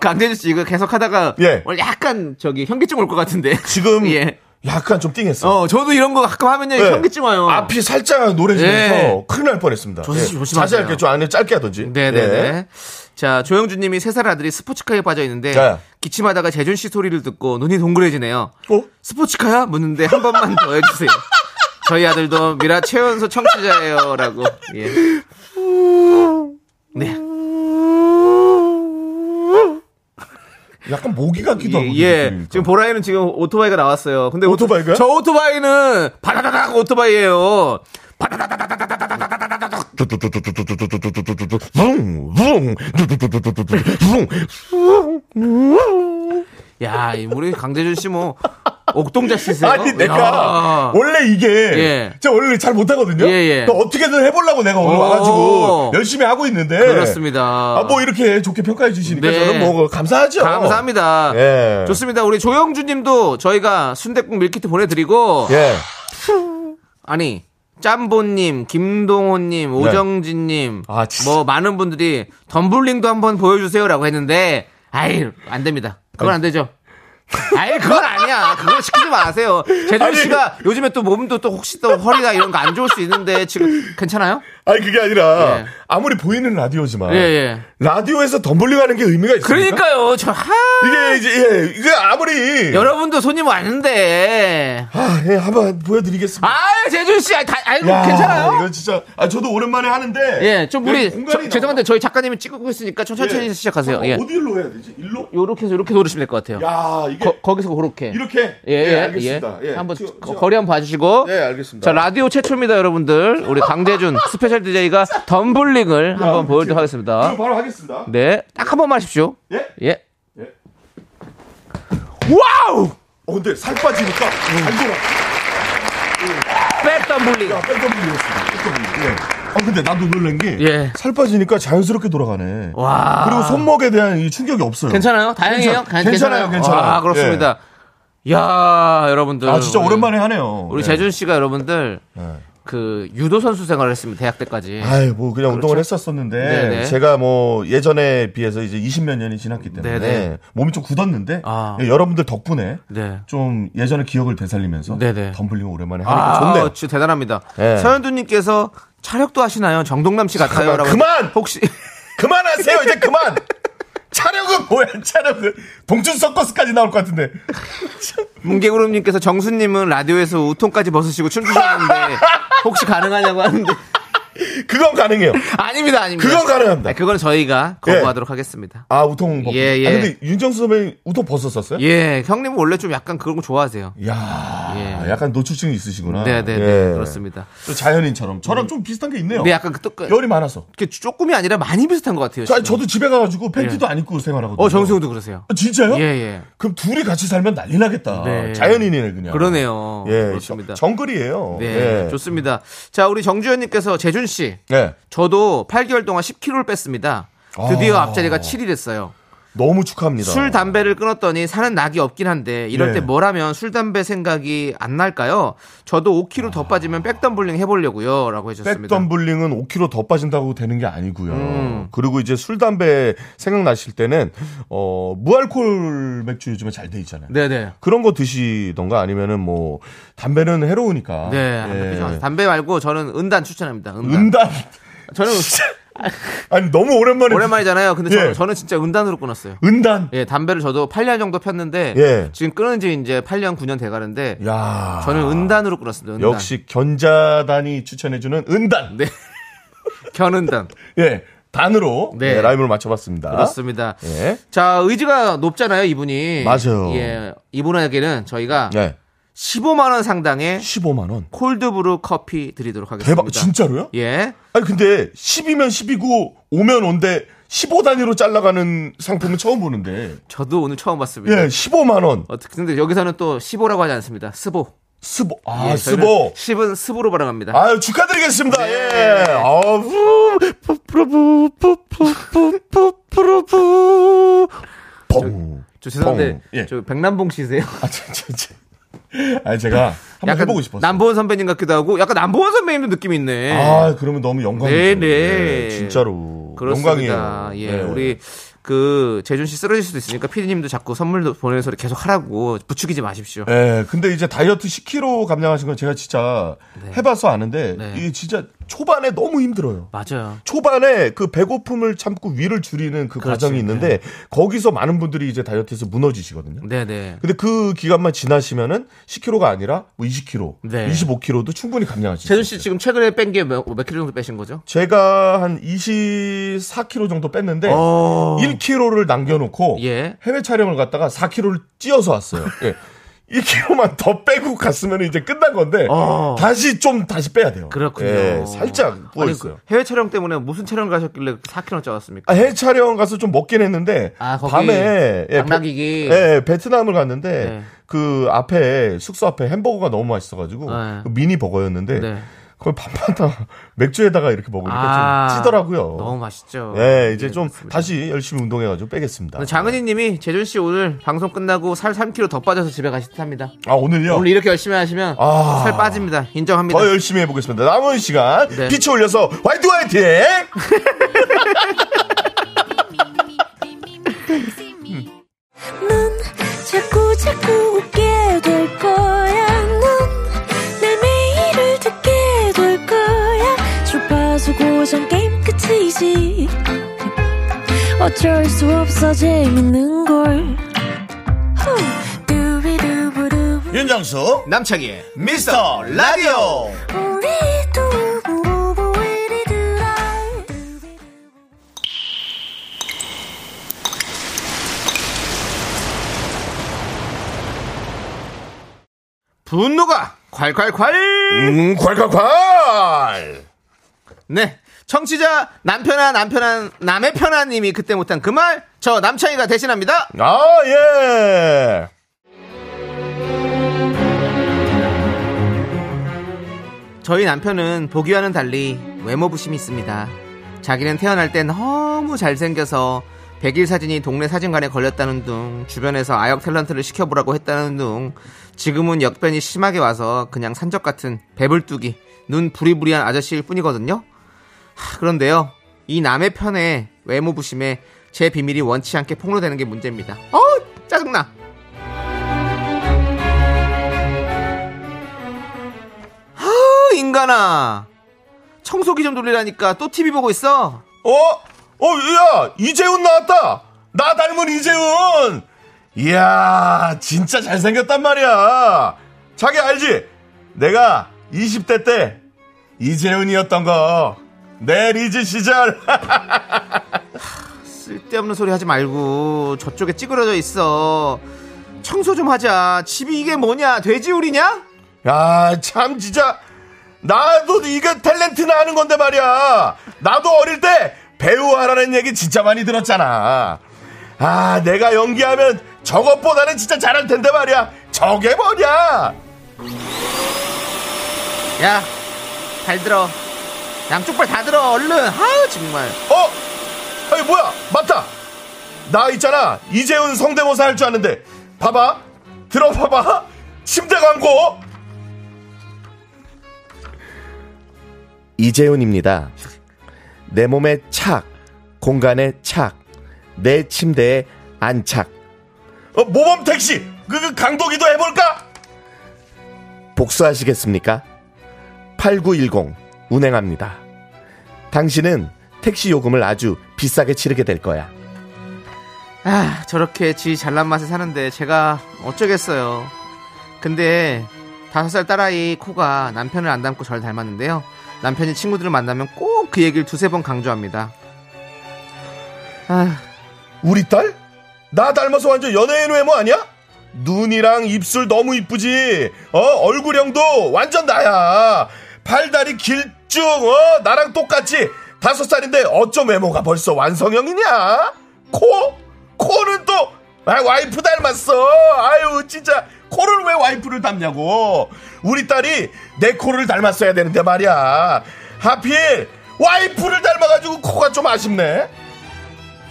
강재준 씨 이거 계속 하다가
예.
오늘 약간 저기 현기증 올 것 같은데.
지금
예.
약간 좀 띵했어.
어, 저도 이런 거 가끔 하면요.
네.
현기증 와요.
앞이 살짝 노래지면서
예.
큰일 날 뻔했습니다.
조심- 조심하세요.
자세하게 좀 안에 짧게 하든지.
네네네.
예.
자, 조영준 님이 세 살 아들이 스포츠카에 빠져 있는데
네.
기침하다가 재준 씨 소리를 듣고 눈이 동그래지네요.
어?
스포츠카야? 묻는데 한 번만 더 해주세요. 저희 아들도 미라 최연소 청취자예요. 라고. 예. 네.
약간 모기 같기도 하고.
예, 예. 지금 보라에는 지금 오토바이가 나왔어요. 근데 오토-
오토바이가요?
저 오토바이는 바다다닥 오토바이예요. 야, 이 우리 강재준 씨 뭐 옥동자 씨세요?
아니 내가
야.
원래 이게
예.
제가 원래 잘 못하거든요.
예, 예.
또 어떻게든 해보려고 내가 오늘
오.
와가지고 열심히 하고 있는데
그렇습니다.
아 뭐 이렇게 좋게 평가해 주시니까
네.
저는 뭐 감사하죠.
감사합니다.
예.
좋습니다. 우리 조영주 님도 저희가 순대국 밀키트 보내드리고.
예.
아니, 짬보님, 김동호님, 오정진님.
네. 아, 진짜.
뭐, 많은 분들이 덤블링도 한번 보여주세요라고 했는데, 아이, 안 됩니다. 그건 안 되죠. 아이, 그건 아니야. 그걸 시키지 마세요. 재준
아니.
씨가 요즘에 또 몸도 또 혹시 또 허리나 이런 거 안 좋을 수 있는데, 지금 괜찮아요?
아니 그게 아니라
예.
아무리 보이는 라디오지만
예, 예.
라디오에서 덤블링하는 게 의미가 있습니까?
그러니까요. 저, 하.
이게 이제 예, 이게 아무리
여러분도 손님 왔는데.
아, 예, 한번 보여드리겠습니다.
아, 재준 씨, 아, 다, 아이고,
야,
괜찮아요?
이거 진짜 아 저도 오랜만에 하는데
예, 좀 우리
공간이
저-
나와.
죄송한데 저희 작가님이 찍고 있으니까 좀 천천히
예.
시작하세요.
어,
예.
어디로 해야 되지? 일로?
요렇게 해서 요렇게 노리시면 될 것 같아요.
야 이게
거, 거기서 그렇게.
이렇게
예, 예,
알겠습니다.
예.
예.
한번
저-
거-
저-
거리 한번 봐주시고.
예, 알겠습니다.
자, 라디오 최초입니다, 여러분들. 우리 강재준 스페셜 DJ가 덤블링을
아,
한번 보여드리도록
그럼
하겠습니다.
바로 하겠습니다.
네. 딱 한 번만 하십시오.
예?
예.
예.
와우! 음.
어, 근데 살 빠지니까 안 돌아.
백 덤블링.
야, 뺀더블이었습니다. 뺀더블. 예. 아, 근데 나도 놀란 게.
예.
살 빠지니까 자연스럽게 돌아가네.
와.
그리고 손목에 대한 이 충격이 없어요.
괜찮아요? 다행이에요?
괜찮- 괜찮아요, 괜찮아요. 예.
아, 그렇습니다. 야 여러분들.
아, 진짜
우리-
오랜만에 하네요.
예. 우리
예.
재준 씨가 여러분들
예.
그 유도 선수 생활을 했습니다 대학 때까지.
아이, 뭐, 그냥 운동을 했었었는데,
예. 그렇죠. 네네.
제가 뭐, 예전에 비해서 이제 20몇 년이 지났기 때문에,
네네.
몸이 좀 굳었는데,
아.
예, 여러분들 덕분에,
네.
좀 예전의 기억을 되살리면서,
네네.
덤블링 오랜만에 하니까 좋네요.
아, 진짜 대단합니다.
예.
서현두님께서 차력도 하시나요? 정동남 씨 같아요라고.
그만!
혹시
그만하세요, 이제 그만! 차력은 뭐야, 차력은. 봉준 서커스까지 나올 것 같은데.
문개구름님께서 정수님은 라디오에서 우통까지 벗으시고 춤추셨는데 혹시 가능하냐고 하는데
그건 가능해요.
아닙니다, 아닙니다.
그건 가능합니다. 예.
아니, 그건 저희가 거부하도록 하겠습니다.
아, 우통 벗고.
예, 예.
아, 근데 윤정수 선배님 우통 벗었었어요?
예, 형님은 원래 좀 약간 그런 거 좋아하세요.
야
예.
약간 노출증이 있으시구나.
네, 네,
예.
네, 그렇습니다. 음.
또 자연인처럼. 저랑 좀 비슷한 게 있네요.
근데 약간 그 똑같.
열이 많아서.
이렇게 조금이 아니라 많이 비슷한 것 같아요.
저,
지금.
도 집에 가가지고 팬티도 안 입고 생활하거든요.
어, 정수형도 그러세요.
아, 진짜요?
예, 예.
그럼 둘이 같이 살면 난리 나겠다.
네.
자연인이네, 그냥.
그러네요.
예,
그렇습니다.
정- 정글이에요.
네,
예.
좋습니다. 자, 우리 정주현님께서 재준 씨,
예.
저도 8개월 동안 10kg를 뺐습니다. 드디어
아.
앞자리가 7이 됐어요.
너무 축하합니다.
술 담배를 끊었더니 사는 낙이 없긴 한데 이럴
네.
때 뭐라면 술 담배 생각이 안 날까요? 저도 5kg 더 빠지면 백덤블링 해보려고요라고 해주셨습니다. 음.
백덤블링은 5kg 더 빠진다고 되는 게 아니고요. 그리고 이제 술 담배 생각나실 때는 어 무알콜 맥주 요즘에 잘 돼 있잖아요.
네네.
그런 거 드시던가 아니면은 뭐 담배는 해로우니까.
네, 담배
예.
피지 마세요. 담배 말고 저는 은단 추천합니다. 은단.
은단.
저는
아니 너무 오랜만에.
오랜만이잖아요. 근데
예.
저는, 저는 진짜 은단으로 끊었어요.
은단.
예, 담배를 저도 8년 정도 폈는데
예.
지금 끊은 지 이제 8년 9년 돼가는데
야.
저는 은단으로 끊었습니다. 은단.
역시 견자단이 추천해주는 은단.
네. 견은단.
예. 반으로
네.
네, 라임을 맞춰봤습니다.
그렇습니다.
예.
자, 의지가 높잖아요, 이분이.
맞아요.
예. 이분에게는 저희가
네.
15만원 상당의
15만 원.
콜드브루 커피 드리도록 하겠습니다.
대박 진짜로요?
예.
아니 근데 10이면 10이고 5면 5인데 15 단위로 잘라가는 상품은 처음 보는데.
저도 오늘 처음 봤습니다.
예, 15만 원.
어떻게 근데 여기서는 또 15라고 하지 않습니다. 스보.
스보. 아,
예, 저희는
스보.
10은 스보로 발음합니다.
아유 축하드리겠습니다.
네.
예. 아우. 뽕.
저 죄송한데
뽕. 예.
저 백남봉 씨세요?
아, 저, 저, 저. 아니 제가 한번 해보고 싶었어요.
남보원 선배님 같기도 하고 약간 남보원 선배님도 느낌이 있네.
아, 그러면 너무 영광이죠.
예. 네, 네.
예, 진짜로
그렇습니다.
영광이에요.
예,
네.
우리 그 재준 씨 쓰러질 수도 있으니까 피디님도 자꾸 선물도 보내서 계속 하라고 부추기지 마십시오.
예, 근데 이제 다이어트 10kg 감량하신 건 제가 진짜 해봐서 아는데
네.
이게 진짜 초반에 너무 힘들어요.
맞아요.
초반에 그 배고픔을 참고 위를 줄이는
그렇죠.
그 과정이 있는데 거기서 많은 분들이 이제 다이어트에서 무너지시거든요.
네, 네.
근데 그 기간만 지나시면은 10kg가 아니라 뭐 20kg,
네.
25kg도 충분히 감량할 수 있어요.
재준 씨 지금 최근에 뺀 게 몇 킬로 정도 빼신 거죠?
제가 한 24kg 정도 뺐는데 어. 1kg를 남겨놓고
어. 예.
해외 촬영을 갔다가 4kg를 찌어서 왔어요. 예. 1kg만 더 빼고 갔으면 이제 끝난 건데
어.
다시 좀 다시 빼야 돼요.
그렇군요.
예, 살짝
아니,
부어있어요.
그 해외 촬영 때문에 무슨 촬영 가셨길래 4kg 짜왔습니까?
아, 해외 촬영 가서 좀 먹긴 했는데
아, 거기
밤에 예,
당나귀기.
베, 트남을 갔는데
네.
그 앞에 숙소 앞에 햄버거가 너무 맛있어가지고
네.
그 미니 버거였는데
네.
그걸 밤마다 맥주에다가 이렇게 먹으니까 좀 찌더라고요.
아. 너무 맛있죠.
어. 예, 이제 좀
그렇습니다.
다시 열심히 운동해가지고 빼겠습니다.
장은희님이 재준 씨 오늘 방송 끝나고 살 3kg 더 빠져서 집에 가시답니다.
아 오늘요?
어. 오늘 이렇게 열심히 하시면
아.
살 빠집니다. 인정합니다.
더 열심히 해보겠습니다. 남은 시간
네.
빛이 올려서 화이팅 화이팅!
넌 자꾸 자꾸 웃게 될 거야. 넌내 매일을 듣게 될 거야. 주파수 고정 게임 끝이지. 어쩔 수 없어 재밌는 걸. 후. 두비두부두.
윤정수
남창희의
미스터 라디오
우리 두부부부 우리 두라. 두비두부.
분노가 콸콸콸!
음 콸콸콸
네. 청취자 남편아 남편아 남의 편아 님이 그때 못한 그 말 저 남창희가 대신합니다.
아, 아예
저희 남편은 보기와는 달리 외모 부심이 있습니다. 자기는 태어날 땐 너무 잘생겨서 백일 사진이 동네 사진관에 걸렸다는 둥 주변에서 아역 탤런트를 시켜보라고 했다는 둥 지금은 역변이 심하게 와서 그냥 산적 같은 배불뚝이 눈 부리부리한 아저씨일 뿐이거든요. 하, 그런데요 이 남의 편에 외모 부심에 제 비밀이 원치 않게 폭로되는 게 문제입니다. 어 짜증나. 어, 인간아 청소기 좀 돌리라니까 또 TV 보고 있어.
어? 어, 야, 이재훈 나왔다! 나 닮은 이재훈! 이야, 진짜 잘생겼단 말이야! 자기 알지? 내가 20대 때 이재훈이었던 거. 내 리즈 시절.
쓸데없는 소리 하지 말고 저쪽에 찌그러져 있어. 청소 좀 하자. 집이 이게 뭐냐? 돼지우리냐?
야, 참, 진짜. 나도 이거 탤런트나 하는 건데 말이야. 나도 어릴 때 배우 하라는 얘기 진짜 많이 들었잖아. 아, 내가 연기하면 저것보다는 진짜 잘할 텐데 말이야. 저게 뭐냐?
야, 잘 들어. 양쪽 발 다 들어. 얼른. 아우 정말.
어? 아니 뭐야 맞다 나 있잖아 이재훈 성대모사 할 줄 아는데 봐봐 들어봐봐 침대 광고 이재훈입니다 내 몸에 착 공간에 착내 침대에 안착 어, 모범 택시 그, 그 강도기도 해볼까? 복수하시겠습니까? 8910 운행합니다 당신은 택시 요금을 아주 비싸게 치르게 될 거야.
아, 저렇게 지 잘난 맛에 사는데 제가 어쩌겠어요. 근데 다섯 살 딸아이 코가 남편을 안 닮고 저를 닮았는데요. 남편이 친구들을 만나면 꼭 그 얘기를 두세 번 강조합니다. 아,
우리 딸? 나 닮아서 완전 연예인 외모 아니야? 눈이랑 입술 너무 이쁘지. 어, 얼굴형도 완전 나야. 팔다리 길쭉, 어, 나랑 똑같지. 다섯 살인데 어쩜 외모가 벌써 완성형이냐? 코? 코는 또, 아, 와이프 닮았어. 아유, 진짜. 코를 왜 와이프를 닮냐고. 우리 딸이 내 코를 닮았어야 되는데 말이야. 하필, 와이프를 닮아가지고 코가 좀 아쉽네.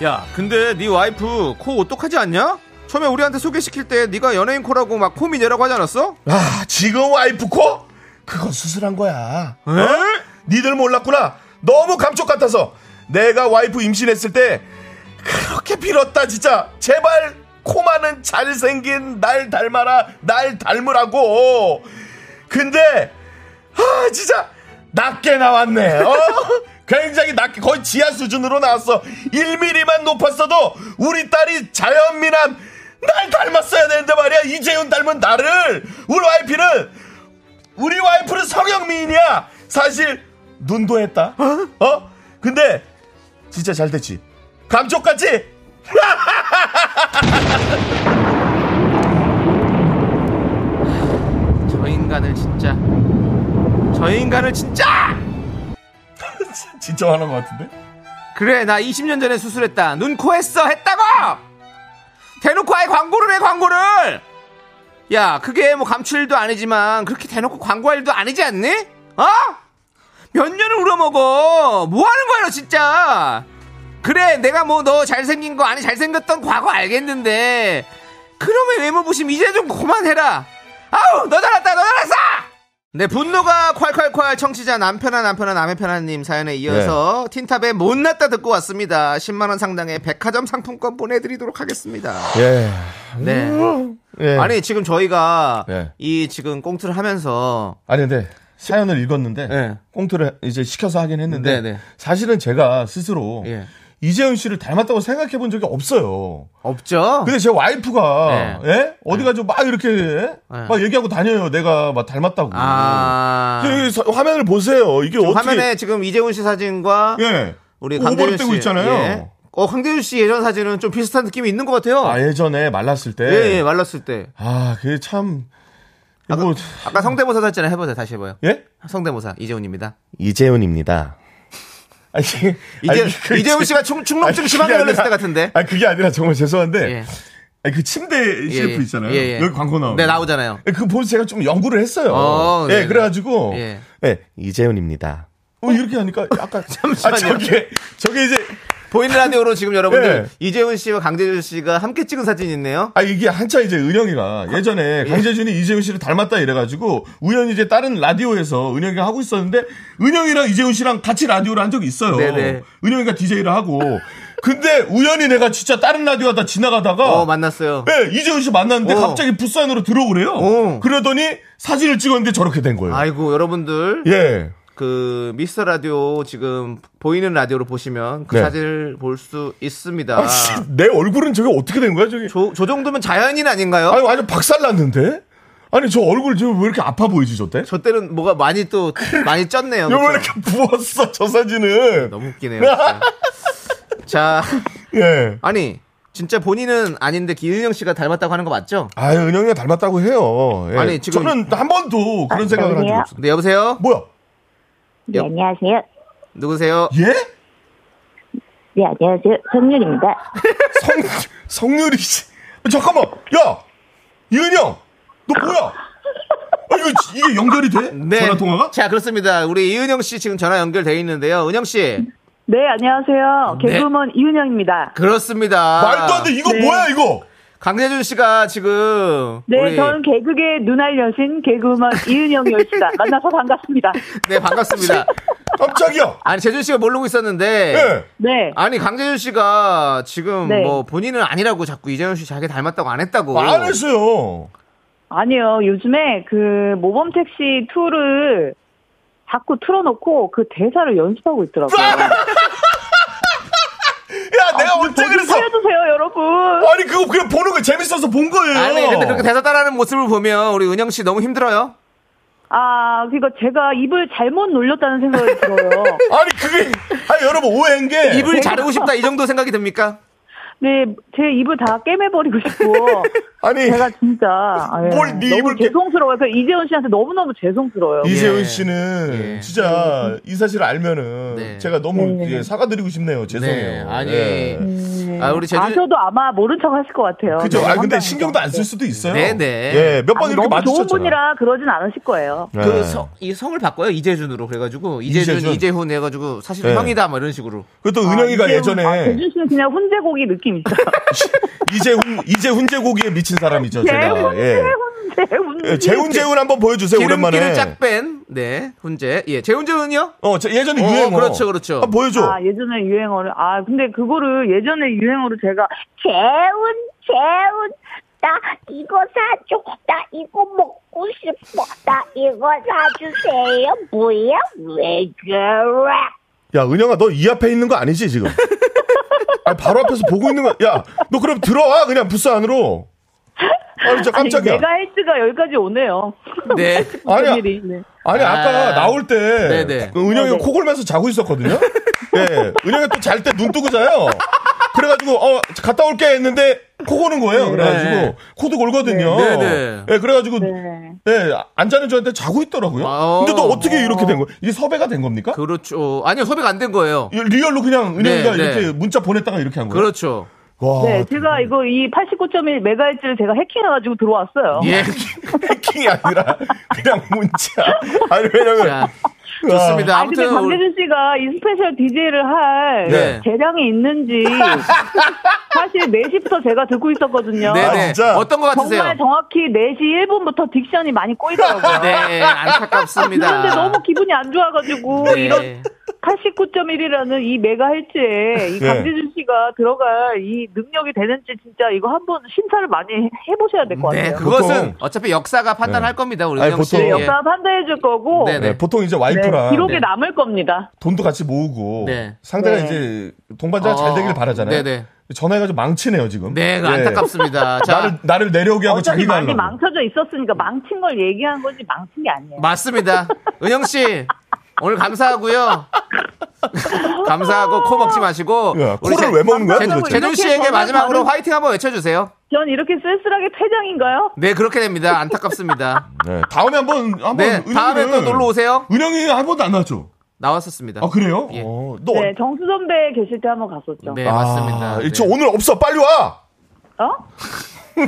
야, 근데 네 와이프 코 어떡하지 않냐? 처음에 우리한테 소개시킬 때 네가 연예인 코라고 막 코미녀라고 하지 않았어?
아, 지금 와이프 코? 그건 수술한 거야. 어?
에?
니들 몰랐구나. 너무 감쪽 같아서. 내가 와이프 임신했을 때 그렇게 빌었다 진짜. 제발 코만은 잘생긴 날 닮아라. 날 닮으라고. 근데 아 진짜 낮게 나왔네. 어? 굉장히 낮게 거의 지하 수준으로 나왔어. 1mm만 높았어도 우리 딸이 자연미남 날 닮았어야 되는데 말이야. 이재훈 닮은 나를 우리 와이프는 우리 와이프는 성형미인이야. 사실 눈도 했다. 어? 근데 진짜 잘 됐지. 감쪽같지?
저 인간을 진짜 저 인간을 진짜
진짜 화난 것 같은데?
그래 나 20년 전에 수술했다 눈 코 했어 했다고 대놓고 아예 광고를 해 광고를 야 그게 뭐 감출도 아니지만 그렇게 대놓고 광고할 일도 아니지 않니 어? 몇 년을 우려먹어 뭐 하는 거야 너 진짜 그래 내가 뭐 너 잘생긴 거 아니 잘생겼던 과거 알겠는데 그놈의 외모 부심 이제 좀 그만해라 아우 너 잘났다 너 잘났어 네 분노가 콸콸콸 청취자 남편아 남편아 남의 편아님 사연에 이어서 틴탑의 못났다 듣고 왔습니다 10만원 상당의 백화점 상품권 보내드리도록 하겠습니다
예.
네
예.
아니 지금 저희가
네.
이 지금 꽁트를 하면서
아니 근데 사연을 읽었는데
네.
꽁트를 이제 시켜서 하긴 했는데
네, 네.
사실은 제가 스스로
예.
이재훈 씨를 닮았다고 생각해 본 적이 없어요.
없죠
근데 제 와이프가
네.
예? 어디 가서 막 이렇게 예? 막 얘기하고 다녀요. 내가 막 닮았다고.
예. 아
이 서- 화면을 보세요. 이게 어떻게
화면에 지금 이재훈 씨 사진과
예.
우리 강대준
오버랩되고
씨
있잖아요.
예. 어 강대준 씨 예전 사진은 좀 비슷한 느낌이 있는 것 같아요.
아 예전에 말랐을 때
예, 예, 말랐을 때.
아, 그게 참 뭐,
아까 성대모사 했잖아요. 해보세요. 다시 해봐요.
예?
성대모사 이재훈입니다.
이재훈입니다. 아니,
이재,
아니, 그-
이재훈 씨가 충, 충농증
아니,
심하게
그게
걸렸을
아니라-
때 같은데.
아니, 그게 아니라 정말 죄송한데.
예.
아니, 그 침대
예,
CF
예.
있잖아요.
예, 예.
여기 광고 나오고.
네, 나오잖아요.
예, 그거 보면서 제가 좀 연구를 했어요.
어,
예,
네,
그래가지고.
네.
예, 이재훈입니다. 어, 이렇게 하니까 약간.
잠시만요.
아, 저게, 저게 이제.
보이는 라디오로 지금 여러분들
예.
이재훈 씨와 강대준 씨가 함께 찍은 사진이 있네요.
아, 이게 한참 이제 은영이가 예전에 강재준이 이재훈 씨를 닮았다 이래가지고 우연히 이제 다른 라디오에서 은영이가 하고 있었는데 은영이랑 이재훈 씨랑 같이 라디오를 한 적이 있어요.
네네.
은영이가 DJ를 하고. 근데 우연히 내가 진짜 다른 라디오 하다 지나가다가
어, 만났어요.
아. 예, 이재훈 씨 만났는데
어.
갑자기 부산으로 들어오래요.
어.
그러더니 사진을 찍었는데 저렇게 된 거예요.
아이고, 여러분들.
예.
그 미스터 라디오 지금 보이는 라디오로 보시면 그
네.
사진을 볼 수 있습니다.
아, 씨, 내 얼굴은 저게 어떻게 된 거야, 저게?
저, 저 정도면 자연인 아닌가요?
아니, 완전 박살 났는데? 아니, 저 얼굴 지금 왜 이렇게 아파 보이지, 저 때?
저 때는 뭐가 많이 또 많이 쪘네요.
왜
그쵸?
이렇게 부었어, 저 사진은?
너무 웃기네요. 진짜. 자,
예.
아니 진짜 본인은 아닌데 기은영 씨가 닮았다고 하는 거 맞죠?
아유, 은영이가 닮았다고 해요. 예.
아니, 지금-
저는 한 번도 그런 생각을 한 적
여보세요?
없어요.
네 여보세요.
뭐야?
네,
예.
안녕하세요.
누구세요?
예?
네, 안녕하세요. 성률입니다.
성, 성률이 씨. 잠깐만, 야! 이은영! 너 뭐야? 아, 이거, 이게 연결이 돼?
네.
전화통화가?
자 그렇습니다. 우리 이은영 씨 지금 전화 연결돼 있는데요. 은영 씨
네, 안녕하세요.
네.
개그우먼 이은영입니다.
그렇습니다.
말도 안 돼, 이거
네.
뭐야, 이거?
강재준 씨가 지금
네,
우리-
저는 개그계 눈알 여신 개그우먼 이은영 열씨다. 만나서 반갑습니다.
네 반갑습니다.
깜짝이야!
아니 재준 씨가 모르고 있었는데.
예.
네.
아니 강재준 씨가 지금
네.
뭐 본인은 아니라고 자꾸 이재훈 씨 자기 닮았다고 안 했다고.
안 했어요.
아니요, 요즘에 그 모범택시 2를 자꾸 틀어놓고 그 대사를 연습하고 있더라고요.
아,
야, 내가 언제
저좀
그랬어?
살려주세요, 여러분.
아니, 그거 그냥 보는 거 재밌어서 본 거예요.
아니 근데 그렇게 대사 따라하는 모습을 보면 우리 은영 씨 너무 힘들어요.
아, 그러니까 제가 입을 잘못 놀렸다는 생각이 들어요.
아니 그게 아니 여러분 오해인 게
입을 자르고 싶다 이 정도 생각이 듭니까?
네, 제 입을 다 깨매버리고 싶고
아니
제가 진짜 아, 예,
뭘네 입을
너무
깨-
죄송스러워요. 그래서 이재훈 씨한테 너무너무 죄송스러워요.
이세훈
예.
씨는
예.
진짜 이 사실을 알면은
네.
제가
음.
너무 예, 사과드리고 싶네요.
네,
죄송해요.
아니.
예.
아, 우리 제주.
네. 아셔도 아마 모른 척 하실 것 같아요.
그죠?
너무
아 근데
황당해서.
신경도 안 쓸 수도 있어요.
네, 네.
예, 몇 번
음. 아니,
이렇게
너무 좋은
마주쳤잖아.
분이라 그러진 않으실 거예요.
그 성, 이 성을 바꿔요 이재준으로 그래가지고 이재준,
네. 이재준.
이재훈 해가지고 사실 은
네.
형이다 뭐 이런 식으로
그것도
아,
은영이가
이재훈-
예전에
아, 재준 씨는 그냥 훈제고기 느낌 있어.
이재훈 이재훈 제고기에 미친 사람이죠. 제가.
재훈,
예.
재훈,
예, 재훈 재훈 한번 보여주세요
기름기를
오랜만에.
짝뺀네 훈제 예 재훈재훈이요
어, 저 예전에
어,
유행어.
그렇죠, 그렇죠.
한번 보여줘.
아, 예전에 유행어를, 아, 근데 그거를 예전에 유행어로 제가, 재훈, 재훈,
나 이거 사줘. 나 이거 먹고 싶어. 나 이거 사주세요. 뭐야? 왜 그래?
예.
야, 은영아, 너 이 앞에 있는 거 아니지 지금? 아, 바로 앞에서 보고 있는 거. 야, 너 그럼 들어와 그냥 부스 안으로. 아, 진짜
아니,
깜짝이야.
내가 헬스가 여기까지 오네요.
네
아니야.
무슨 일이, 아, 네.
아니 아까
아.
나올 때
네네.
그 은영이 코 골면서 자고 있었거든요. 예, 은영이 또 잘 때 눈 뜨고 자요. 그래가지고 어 갔다 올게 했는데 코 고는 거예요. 그래가지고 코도 골거든요.
네. 네네.
예, 그래가지고
네.
예, 안 자는 저한테 자고 있더라고요.
아.
근데 너 어떻게 이렇게 된 거야? 이게 섭외가 된 겁니까?
그렇죠 아니요 섭외가 안 된 거예요
이 리얼로 그냥 은영이가
네, 네.
이렇게 문자 보냈다가 이렇게 한 거예요.
그렇죠
와,
네, 제가 이거 이 89.1 메가헬츠를 제가 해킹해가지고 들어왔어요.
예
네. 해킹이 아니라 그냥 문자. 아니 왜냐면
자,
와.
좋습니다
아, 근데
아무튼 우리-
강재준 씨가 이 스페셜 DJ를 할
네.
재량이 있는지 사실 4시부터 제가 듣고 있었거든요.
아,
네네
진짜?
어떤 거 같으세요
정말 정확히 4시 1분부터 딕션이 많이 꼬이더라고요.
네 안타깝습니다
그런데 너무 기분이 안 좋아가지고
네.
이런 89.1이라는 이 메가헬츠에 이
네.
강재준 씨가 들어갈 이 능력이 되는지 진짜 이거 한번 심사를 많이 해- 해보셔야 될 것
네,
같아요.
그것은
보통- 네.
어차피 역사가 판단할 겁니다 우리
아니,
은영 씨
보통-
네,
예.
역사 판단해 줄 거고
네,
네,
네.
보통 이제
네,
와이프랑
기록에
네.
남을 겁니다.
돈도 같이 모으고
네.
상대가
네.
이제 동반자가 잘
어,
되길 바라잖아요.
네네.
전화해가지고 망치네요 지금.
네
예.
안타깝습니다 자
나를 나를 내려오게 하고
어차피
자기가
많이
하려고.
망쳐져 있었으니까 망친 걸 얘기한 거지 망친 게 아니에요.
맞습니다. 은영 씨 오늘 감사하고요. 감사하고 코 먹지 마시고
야,
우리
예, 코를
제-
왜 먹는 거야?
제-
도대체?
제준 씨에게 마지막으로 화이팅 한번 외쳐주세요.
전 이렇게 쓸쓸하게 퇴장인가요?
네 그렇게 됩니다. 안타깝습니다.
네, 다음에 한번 한번
네 다음에 또
은영이를-
놀러 오세요.
은영이 한 번도 안 나왔죠.
나왔었습니다.
아 그래요?
예.
어, 너
네, 정수 선배 계실 때 한번 갔었죠.
네
아,
맞습니다. 네.
저 오늘 없어 빨리 와.
어?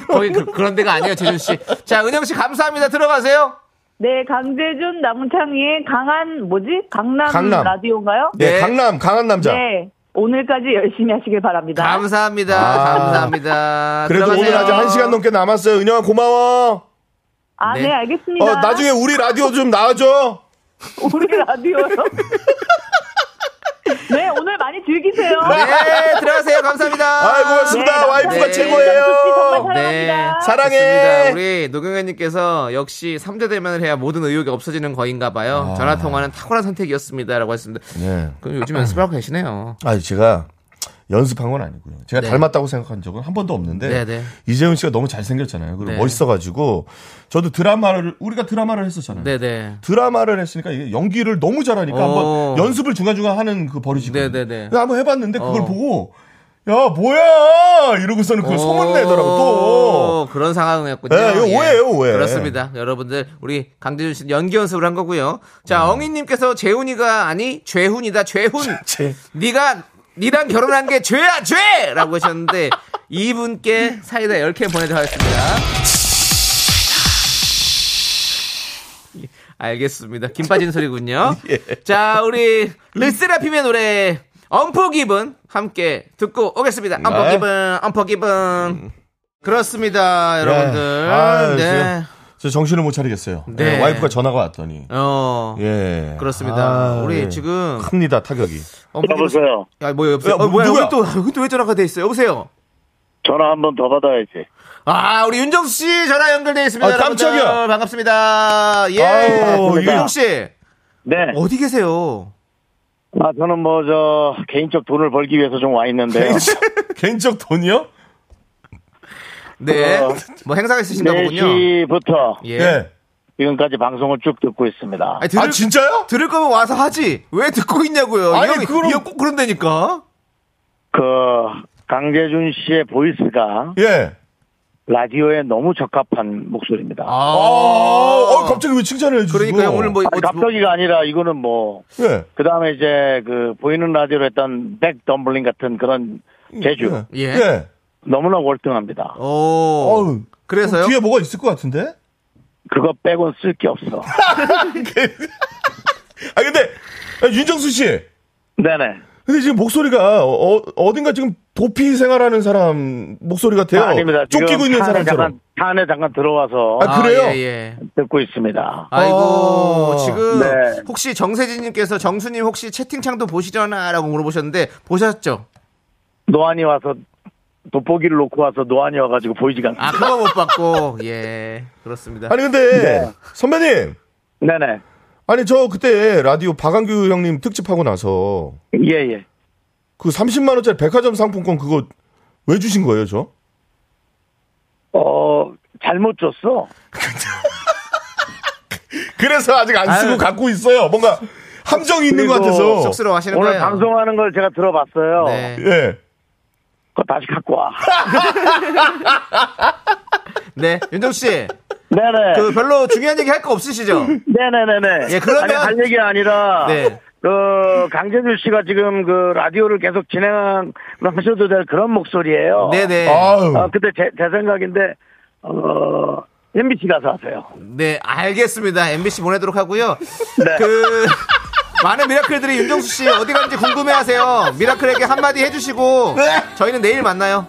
거기 그, 런 데가 아니에요 재준 씨. 자 은영 씨 감사합니다. 들어가세요.
네, 강재준 남창희의 강한 뭐지? 강남,
강남.
라디오인가요?
네,
네.
강남 강한 남자.
네, 오늘까지 열심히 하시길 바랍니다.
감사합니다.
네? 아.
감사합니다.
그래도
들어가세요.
오늘 아직 한 시간 넘게 남았어요. 은영아 고마워.
아, 네,
네.
알겠습니다.
어 나중에 우리 라디오 좀 나와줘.
우리 라디오요. 네, 오늘 많이 즐기세요.
네 들어가세요. 감사합니다.
아이 고맙습니다.
네,
와이프가
네.
최고예요. 네.
정말 사랑합니다.
사랑해.
좋습니다. 우리 노경현님께서 역시 3대 대면을 해야 모든 의욕이 없어지는 거인가 봐요.
아.
전화 통화는 탁월한 선택이었습니다라고 했습니다.
네.
그럼 요즘 연습하고 계시네요.
아니 제가 연습한 건 아니고요. 제가
네.
닮았다고 생각한 적은 한 번도 없는데
네네.
이재훈 씨가 너무 잘생겼잖아요. 그리고
네.
멋있어가지고 저도 드라마를 우리가 드라마를 했었잖아요.
네네.
드라마를 했으니까 이게 연기를 너무 잘하니까
어.
한번 연습을 중간중간 하는 그 버릇이
네네네.
한번 해봤는데 그걸
어.
보고 야 뭐야 이러고서는 그걸
어.
소문 내더라고 또.
오, 그런 상황이었군요.
네, 이거 오해예요, 오해.
그렇습니다. 여러분들 우리 강재준 씨 연기 연습을 한 거고요.
음.
자 엉이님께서 재훈이가 아니 죄훈이다 죄훈.
제-
네가 니랑 결혼한 게 죄야 죄라고 하셨는데 이분께 사이다 10개 보내드리겠습니다. 알겠습니다. 김 빠진 소리군요.
예.
자, 우리 르세라핌의 노래 언포기븐 함께 듣고
네.
오겠습니다. 언포기븐, 언포기븐. 그렇습니다, 여러분들.
음. 네. 아유,
네.
저 정신을 못 차리겠어요.
네.
예, 와이프가 전화가 왔더니.
어.
예.
그렇습니다.
아,
우리
예.
지금
큽니다 타격이.
언포기븐
여보세요.
야, 어, 뭐야, 여보세요?
야,
어, 뭐야,
누구야?
여기 또, 여기 또왜 전화가 돼 있어요? 여보세요?
전화 한 번 더 받아야지.
아, 우리 윤정수 씨 전화 연결돼 있습니다.
아, 깜짝이야.
여러분들. 반갑습니다. 예.
아유,
윤정 씨,
네.
어디 계세요?
아, 저는 뭐 저 개인적 돈을 벌기 위해서 좀 와 있는데요.
개인적 돈이요?
네.
어,
뭐 행사가 있으신가 보군요.
네, 4시부터
예.
예.
지금까지 방송을 쭉 듣고 있습니다.
아니, 들을,
아 진짜요?
들을 거면 와서 하지. 왜 듣고 있냐고요.
아니,
이 형이,
그럼-
이 형 꼭 그런다니까.
그 강재준 씨의 보이스가
예.
라디오에 너무 적합한 목소리입니다.
아,
아, 어, 갑자기 왜 칭찬을 해주시고?
그러니까요. 오늘 뭐,
아니,
뭐-
갑자기가 아니라 이거는 뭐
예.
그다음에 이제 그 보이는 라디오로 했던 백 덤블링 같은 그런 재주
예.
예. 예.
너무나 월등합니다.
오.
어우,
어. 그래서요?
뒤에 뭐가 있을 것 같은데?
그거 빼곤 쓸 게 없어.
아 근데 아, 윤정수 씨.
네네.
근데 지금 목소리가 어, 어딘가 지금 도피 생활하는 사람 목소리 같아요.
아, 닙니다 지금
쫓기고 있는
차 안에
사람처럼.
잠깐, 차 안에 잠깐 들어와서
아, 그래요?
예, 예.
듣고 있습니다.
아이고
아.
지금
네.
혹시 정세진님께서 정수님 혹시 채팅창도 보시려나라고 물어보셨는데 보셨죠?
노안이 와서 돋보기를 놓고 와서 노안이 와가지고 보이지가 않습니다.
아 그거 못 봤고 예 그렇습니다.
아니 근데
네.
선배님.
네네.
아니 저 그때 라디오 박한규 형님 특집하고 나서
예, 예.
그 30만 원짜리 백화점 상품권 그거 왜 주신 거예요, 저?
어, 잘못 줬어.
그래서 아직 안 쓰고
아유.
갖고 있어요. 뭔가 함정이 있는 것
그리고
같아서.
쑥스러워하시는
오늘
거예요.
방송하는 걸 제가 들어봤어요.
네,
예.
그거 다시 갖고 와.
네 윤정 씨,
네네.
그 별로 중요한 얘기 할 거 없으시죠?
네네네네.
예, 그러면-
아니, 할 얘기 아니라.
네.
그 강재준 씨가 지금 그 라디오를 계속 진행하셔도 될 그런 목소리예요.
네네,
아유.
어, 근데 제, 제 생각인데 어 MBC 가서 하세요.
네 알겠습니다. MBC 보내도록 하고요.
네.
그 많은 미라클들이 윤정수 씨 어디 간지 궁금해하세요. 미라클에게 한마디 해주시고
네.
저희는 내일 만나요.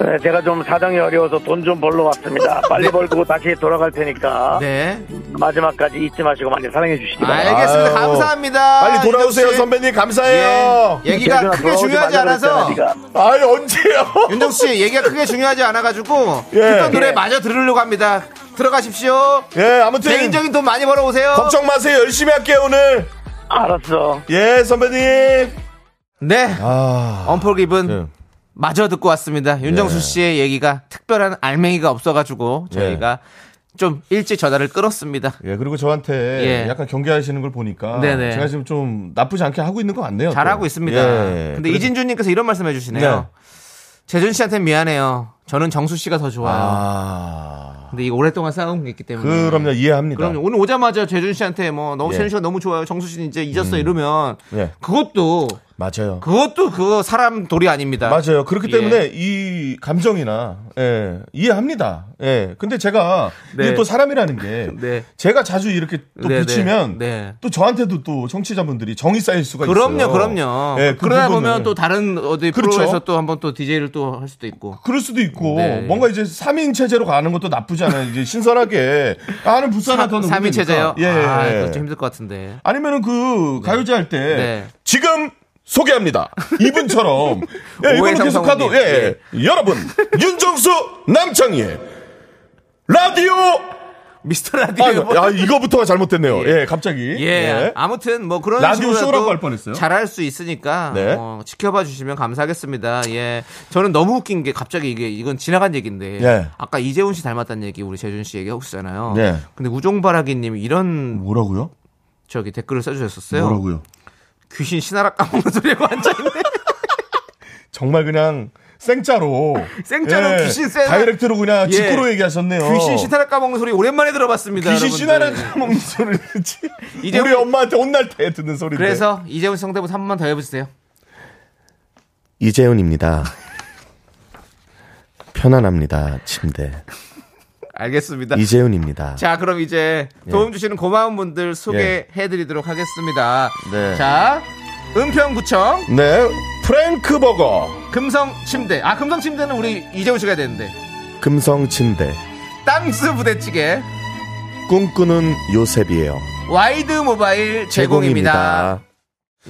네, 제가 좀 사정이 어려워서 돈 좀 벌러 왔습니다. 빨리 벌고 다시 돌아갈 테니까
네,
마지막까지 잊지 마시고 많이 사랑해 주시기 바랍니다.
알겠습니다.
아유.
감사합니다.
빨리 돌아오세요,
윤정 씨.
선배님. 감사해요.
예, 얘기가
재준아,
크게
돌아오지
중요하지
말라 그랬잖아,
않아서
네가.
아니 언제요?
윤정수 씨 얘기가 크게 중요하지 않아가지고
예.
듣던
예.
노래 마저 들으려고 합니다. 들어가십시오.
예, 아무튼
개인적인 돈 많이 벌어오세요.
걱정 마세요. 열심히 할게요, 오늘.
알았어.
예, 선배님.
네,
아.
언폴기분
예.
마저 듣고 왔습니다. 윤정수
예.
씨의 얘기가 특별한 알맹이가 없어가지고 저희가 좀 일찍 전화를 끌었습니다.
예, 그리고 저한테
예.
약간 경계하시는 걸 보니까
네네.
제가 지금 좀 나쁘지 않게 하고 있는 것 같네요.
잘하고
또.
있습니다.
예.
근데
그래서- 예.
이진주님께서 이런 말씀 해주시네요. 재준 씨한테 미안해요. 저는 정수 씨가 더 좋아요.
아. 네.
근데 이거 오랫동안 싸운 게 있기 때문에.
그럼요, 이해합니다.
그럼 오늘 오자마자 재준 씨한테 뭐 너무
그러니까. 예.
재준 씨가 너무 좋아요. 정수 씨는 이제 잊었어 이러면
예.
그것도
맞아요.
그것도 그거 사람 돌이 아닙니다.
맞아요. 그렇기
예.
때문에 이 감정이나 예, 이해합니다. 예. 근데 제가
네.
이게 또 사람이라는 게
네.
제가 자주 이렇게 또
네, 네.
비치면
네.
또 저한테도 또 청취자분들이 정이 쌓일 수가 있어요.
그럼요, 그럼요.
예, 그
그러다
부분을.
보면 또 다른 어디
그렇죠.
프로에서 또 한번 또 DJ를 또 할 수도 있고.
그럴 수도 있고
네.
뭔가 이제 3인 체제로 가는 것도 나쁘지 않아요. 이제 신선하게 아는 부산 하던
3인 체제요?
예.
아,
예.
그건 좀 힘들 것 같은데.
아니면은 그 가요제 할 때
네.
지금 소개합니다. 이분처럼 예,
오해
이거는 계속
삼성님. 네.
가도 예, 예. 여러분 윤정수 남창희의 라디오
미스터 라디오.
아, 이거- 야, 이거부터가 잘못됐네요. 예, 갑자기.
아, 예. 아무튼 뭐 그런
네. 라디오
식으로라도
쇼라고 할 뻔했어요.
잘할 수 있으니까
네.
어, 지켜봐 주시면 감사하겠습니다. 예. 저는 너무 웃긴 게 갑자기 이게 이건 지나간 얘기인데
예.
아까 이재훈 씨 닮았다는 얘기 우리 재준 씨 얘기하고 있잖아요.
네.
근데 우종바라기 님이 이런
뭐라고요?
저기 댓글을 써 주셨었어요. 귀신 신하라 까먹는 소리하고 앉아 있네.
정말 그냥 생짜로 예.
생짜로 귀신 세-
다이렉트로 그냥
예.
직구로 얘기하셨네요.
귀신 신하라 까먹는 소리 오랜만에 들어봤습니다.
어. 귀신
여러분들.
신하는 먹는 소리지.
이제
우리
우리-
엄마한테 혼날 때 듣는 소리인데.
그래서 이재훈 성대모사 한 번 더 해보세요.
이재훈입니다. 편안합니다. 침대.
알겠습니다.
이재훈입니다.
자, 그럼 이제
예.
도움 주시는 고마운 분들 소개해드리도록 하겠습니다.
네.
자, 은평구청
네. 프랭크 버거.
금성 침대. 아, 금성 침대는 우리 이재훈 씨가 해야 되는데.
금성 침대.
땅스 부대찌개
꿈꾸는 요셉이에요.
와이드 모바일 제공입니다.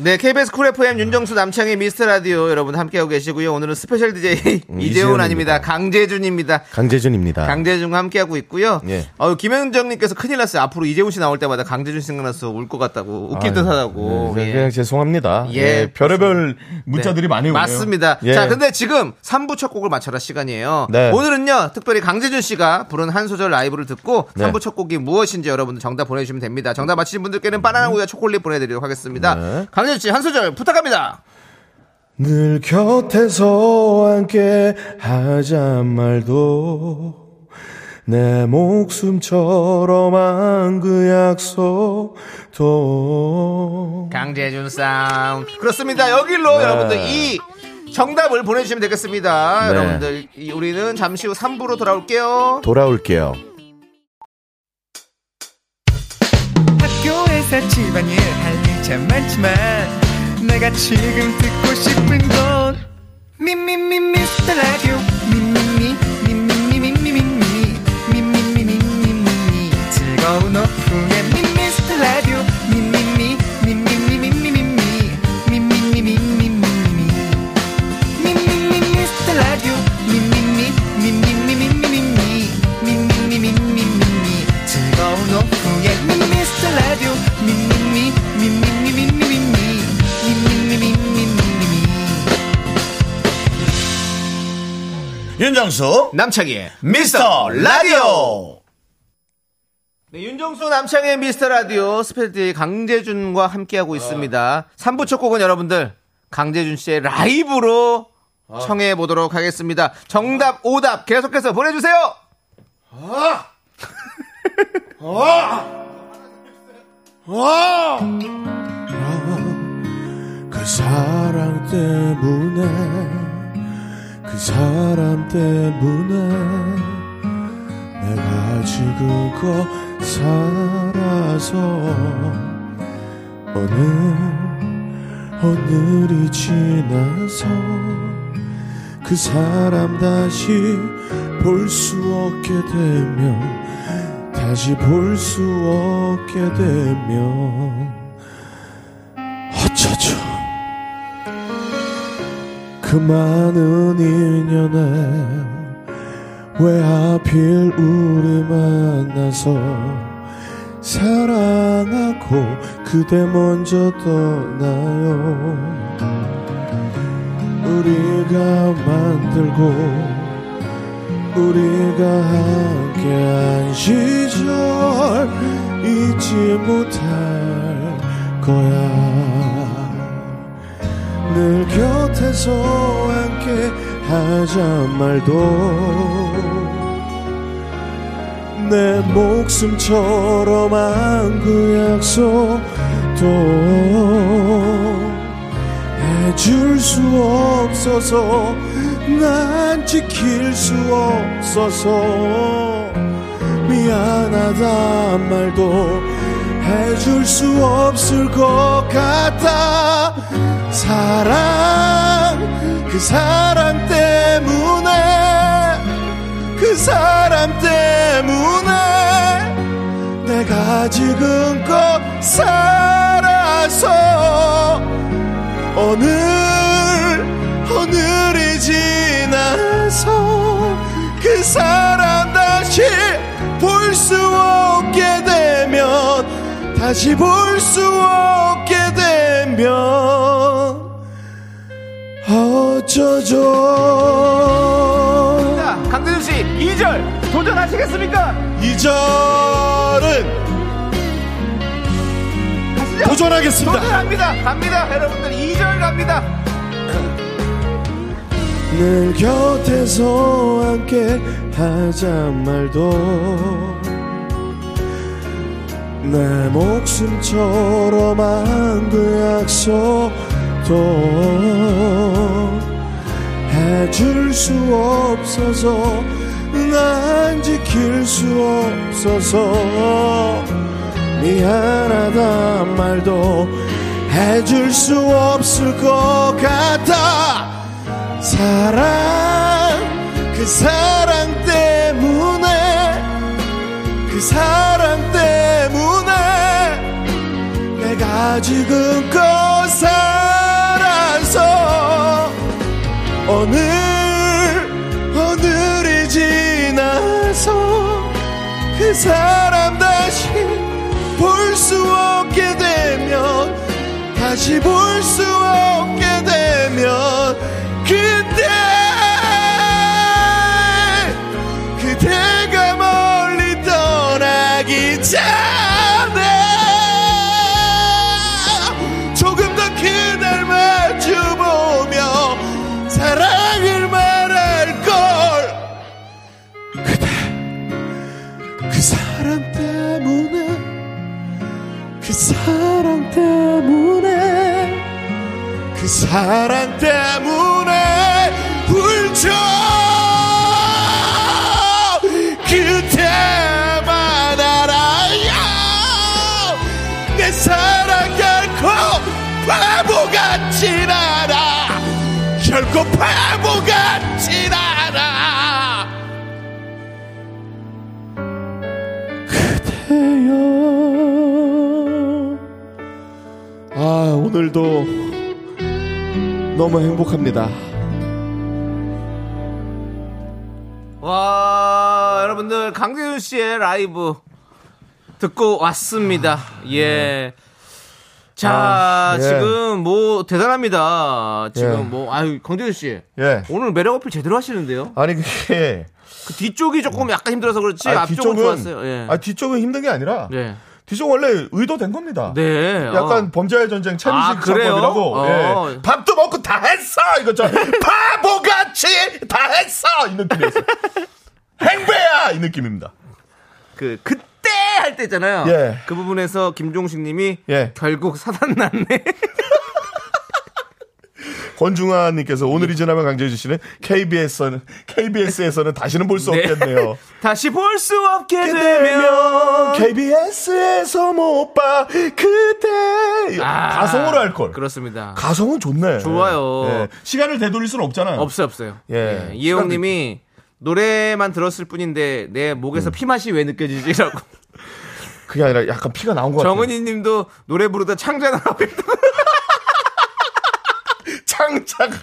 네, KBS 쿨 FM 윤정수 남창의 미스터 라디오 여러분 함께하고 계시고요. 오늘은 스페셜 DJ 이재훈
음, 이재훈입니다.
아닙니다. 강재준입니다.
강재준입니다.
강재준과 함께하고 있고요.
예.
어, 김현정님께서 큰일 났어요. 앞으로 이재훈 씨 나올 때마다 강재준 생각나서 울 것 같다고 웃길
아유,
듯하다고.
네,
예.
그냥 죄송합니다.
예,
예, 별의별 문자들이
네.
많이 오네요.
맞습니다.
예.
자, 근데 지금 3부 첫 곡을 맞춰라 시간이에요.
네.
오늘은요, 특별히 강재준 씨가 부른 한 소절 라이브를 듣고
네.
3부 첫 곡이 무엇인지 여러분들 정답 보내주시면 됩니다. 정답 맞히신 분들께는 바나나 우유와 초콜릿 보내드리도록 하겠습니다.
네.
강재준 씨 한 소절 부탁합니다.
늘 곁에서 함께 하자 말도 내 목숨처럼 한 그 약속도
강재준 사운드. 그렇습니다. 여기로
네.
여러분들 이 정답을 보내주시면 되겠습니다.
네.
여러분들, 이- 우리는 잠시 후 3부로 돌아올게요.
돌아올게요.
학교에서 집안일 할 일 참 많지만 내가 지금 듣고 싶은 건 미미미 미스터 라디오 미미미 미미미 미미미 미미미 미미미 즐거운 오후에 미스터 라디오 미미미 미미미 미미미 미미미 미미미 미미미 미스터 라디오 미미미 미미미 미미미 미미미 미미미 즐거운 오후에 미스터 라디오 미미미 미미미 미미미 미미미 미미미
윤정수
남창희의
미스터 라디오
네, 윤정수 남창의 미스터 라디오 스페셜 강재준과 함께하고 있습니다. 3부 첫 곡은 여러분들 강재준 씨의 라이브로 청해 보도록 하겠습니다. 정답, 오답 계속해서 보내주세요.
그 사람 때문에 그 사람 때문에 내가 지금 껏 살아서 오늘 오늘이 지나서 그 사람 다시 볼 수 없게 되면 다시 볼 수 없게 되면 어쩌죠 그 많은 인연에 왜 하필 우리 만나서 사랑하고 그대 먼저 떠나요 우리가 만들고 우리가 함께한 시절 잊지 못할 거야 늘 곁에서 함께 하자 말도 내 목숨처럼 한 그 약속도 해줄 수 없어서 난 지킬 수 없어서 미안하다 말도 해줄 수 없을 것 같아 사랑 그 사랑 때문에 그 사람 때문에 내가 지금껏 살아서 오늘 오늘이 지나서 그 사람 다시 볼 수 없게 되면 다시 볼 수 없게 되면 어쩌죠
자, 강재준 씨 2절 도전하시겠습니까?
이절은 도전하겠습니다
도전합니다. 갑니다. 여러분들 2절 갑니다.
늘 곁에서 함께 하자 말도 내 목숨처럼 한그 약속도 해줄 수 없어서 난 지킬 수 없어서 미안하다 말도 해줄 수 없을 것 같아 사랑 그 사랑 때문에 그 사랑 때문에 내가 지금껏 살
그 사람 다시 볼 수 없게 되면 다시 볼 수 없게 되면 그때 그대가 멀리 떠나기 전에 조금 더 그날 마주보며 사랑을 말할 걸 그 사람 때문에 그 사람 때문에 그 사람 때문에 울죠 그때만 알아요 내 사랑 결코 바보 같진 않아 결코 바보 같진 않아 그대여 아 오늘도 너무 행복합니다
와, 여러분들 강재준 씨의 라이브 듣고 왔습니다. 예. 자,
아, 예.
지금 뭐 대단합니다. 지금
예.
뭐 아유, 강재준 씨.
예.
오늘 매력 어필 제대로 하시는데요.
아니 그게
그 뒤쪽이 조금 약간 힘들어서 그렇지
음. 아,
앞쪽은 좋았어요. 예.
아 뒤쪽은 힘든 게 아니라
네.
뒤쪽 원래 의도된 겁니다.
네.
약간
어.
범죄의 전쟁
아,
최민식
그래요?
사건이라고
어.
예. 밥도 먹고 다 했어 이거죠 바보같이 다 했어 이 느낌이었어요 행배야 이 느낌입니다
그 그때 할 때 있잖아요.
예.
그 부분에서 김종식 님이
예.
결국 사단 났네.
권중환님께서 오늘이 지나면 강재주 씨는 KBS에서는 KBS에서는 다시는 볼 수 없겠네요
다시 볼 수 없게
되면
되면
KBS에서 못봐 그때
아,
가성으로 할걸
그렇습니다.
가성은 좋네
좋아요.
예. 시간을 되돌릴 수는 없잖아요
없어요, 없어요. 예.
예.
이혜영님이 노래만 들었을 뿐인데 내
음.
목에서 피 맛이 왜 느껴지지라고.
그게 아니라 약간 피가 나온 것 같아요
정은이님도 노래 부르다 창자 나오고
창자가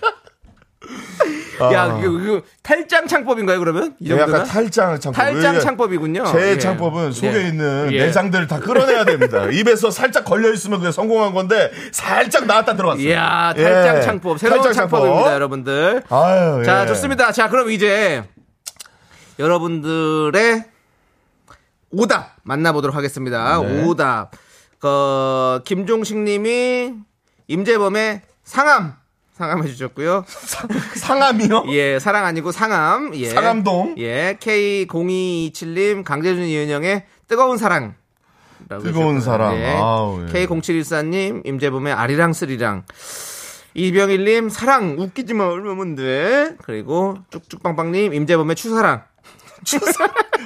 야, 그, 그 탈장 창법인가요 그러면? 이
예,
정도나?
약간 아. 탈장 창법.
탈장
왜-
창법이군요.
제
예.
창법은 속에
예.
있는
예.
내장들을 다 끌어내야 됩니다. 입에서 살짝 걸려 있으면 그냥 성공한 건데 살짝 나왔다 들어갔어요.
이야,
예.
탈장 창법. 새로운
탈장 창법.
창법입니다, 여러분들.
아유, 예.
자, 좋습니다. 자, 그럼 이제 여러분들의 오답 만나보도록 하겠습니다.
네.
오답. 그, 김종식 님이 임재범의 상암. 상암 해주셨고요.
상암이요?
예, 사랑 아니고 상암. 예.
상암동.
예, K0227님, 강재준 이은영의 뜨거운 사랑.
뜨거운 사랑. 아우, 예.
K0714님, 임재범의 아리랑 쓰리랑. 이병일님, 사랑, 웃기지 마, 얼마면 돼. 그리고 쭉쭉빵빵님, 임재범의 추사랑.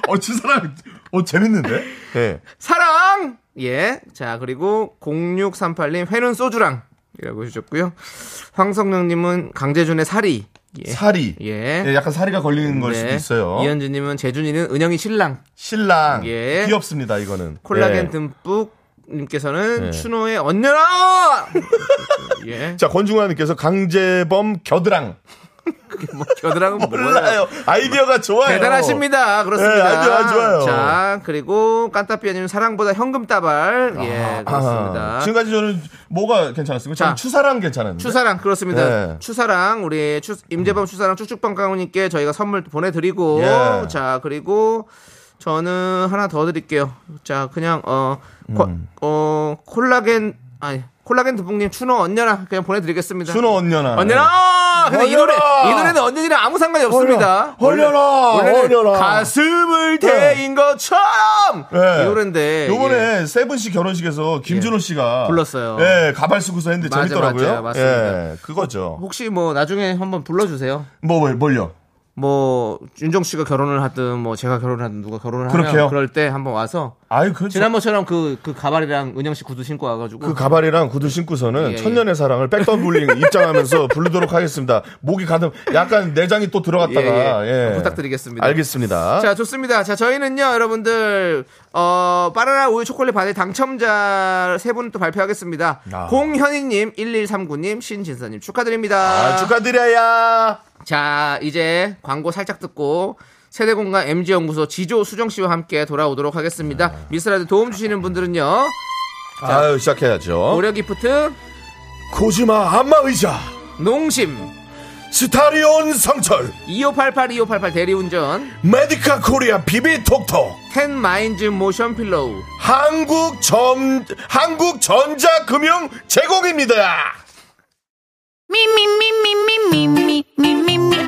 어, 진 사람, 어, 재밌는데? 예.
사랑! 예. 자, 그리고 0638님, 회는 소주랑. 이라고 해주셨고요. 황성령님은 강재준의 사리. 예.
사리.
예.
예, 약간 사리가 걸리는 걸
네.
수도 있어요.
이현주님은 재준이는 은영이 신랑.
신랑.
예.
귀엽습니다, 이거는.
콜라겐
예.
듬뿍 님께서는
예.
추노의 언녀라 예.
자, 권중환님께서 강재범 겨드랑.
뭐 겨드랑은 몰라요.
몰라요. 아이디어가 좋아요.
대단하십니다.
예,
그렇습니다.
아주 아주 좋아요.
자, 그리고 깐따삐아님 사랑보다 현금 따발. 예, 그렇습니다.
아, 지금까지 저는 뭐가 괜찮았습니까? 저는
자.
추사랑 괜찮았는데.
추사랑 그렇습니다.
예.
추사랑 우리 추, 임재범 추사랑 쭉쭉빵 강우님께 저희가 선물 보내드리고
예.
자 그리고 저는 하나 더 드릴게요. 자 그냥 어, 코-
음.
어 콜라겐 아니 콜라겐 두봉님 추노 언녀랑 그냥 보내드리겠습니다.
준호 언녀나.
언녀라. 아, 근데 이 노래
언녀라!
이 노래는 언녀랑 아무 상관이 없습니다.
언녀라!
원래- 원래는
언녀라!
가슴을 대인 것처럼
예.
이 노래인데 예.
요번에 세븐 씨 결혼식에서 김준호 씨가
불렀어요.
예, 가발 쓰고서 했는데
맞아,
재밌더라고요.
맞아요. 맞습니다.
예, 그거죠.
혹시 뭐 나중에 한번 불러주세요.
뭐, 뭘, 뭘요?
뭐 윤정 씨가 결혼을 하든 뭐 제가 결혼을 하든 누가 결혼을
그렇게요?
하면 그럴 때 한번 와서
아유, 그, 저-
지난번처럼 그 그 가발이랑 은영 씨 구두 신고 와가지고
그 가발이랑 구두 신고서는
예,
천년의 사랑을 백더블링 입장하면서 부르도록 하겠습니다. 목이 가득, 약간 내장이 또 들어갔다가,
예, 예.
예.
부탁드리겠습니다.
알겠습니다.
자 좋습니다. 자 저희는요 여러분들 어 바나나 우유 초콜릿 바디 당첨자 세 분 또 발표하겠습니다.
아.
공현희님, 1139님, 신진서님 아, 축하드립니다.
아, 축하드려야.
자 이제 광고 살짝 듣고 세대공간 MG연구소 지조 수정씨와 함께 돌아오도록 하겠습니다. 미스라드 도움 주시는 분들은요.
아유, 시작해야죠.
고려 기프트,
코지마 안마 의자,
농심,
스타리온 성철,
2588, 2588 대리운전,
메디카 코리아 비비톡톡,
텐마인즈 모션 필로우,
한국 점, 한국 전자금융 제공입니다.
Me, me, me, me, me, me, me, me, me, me,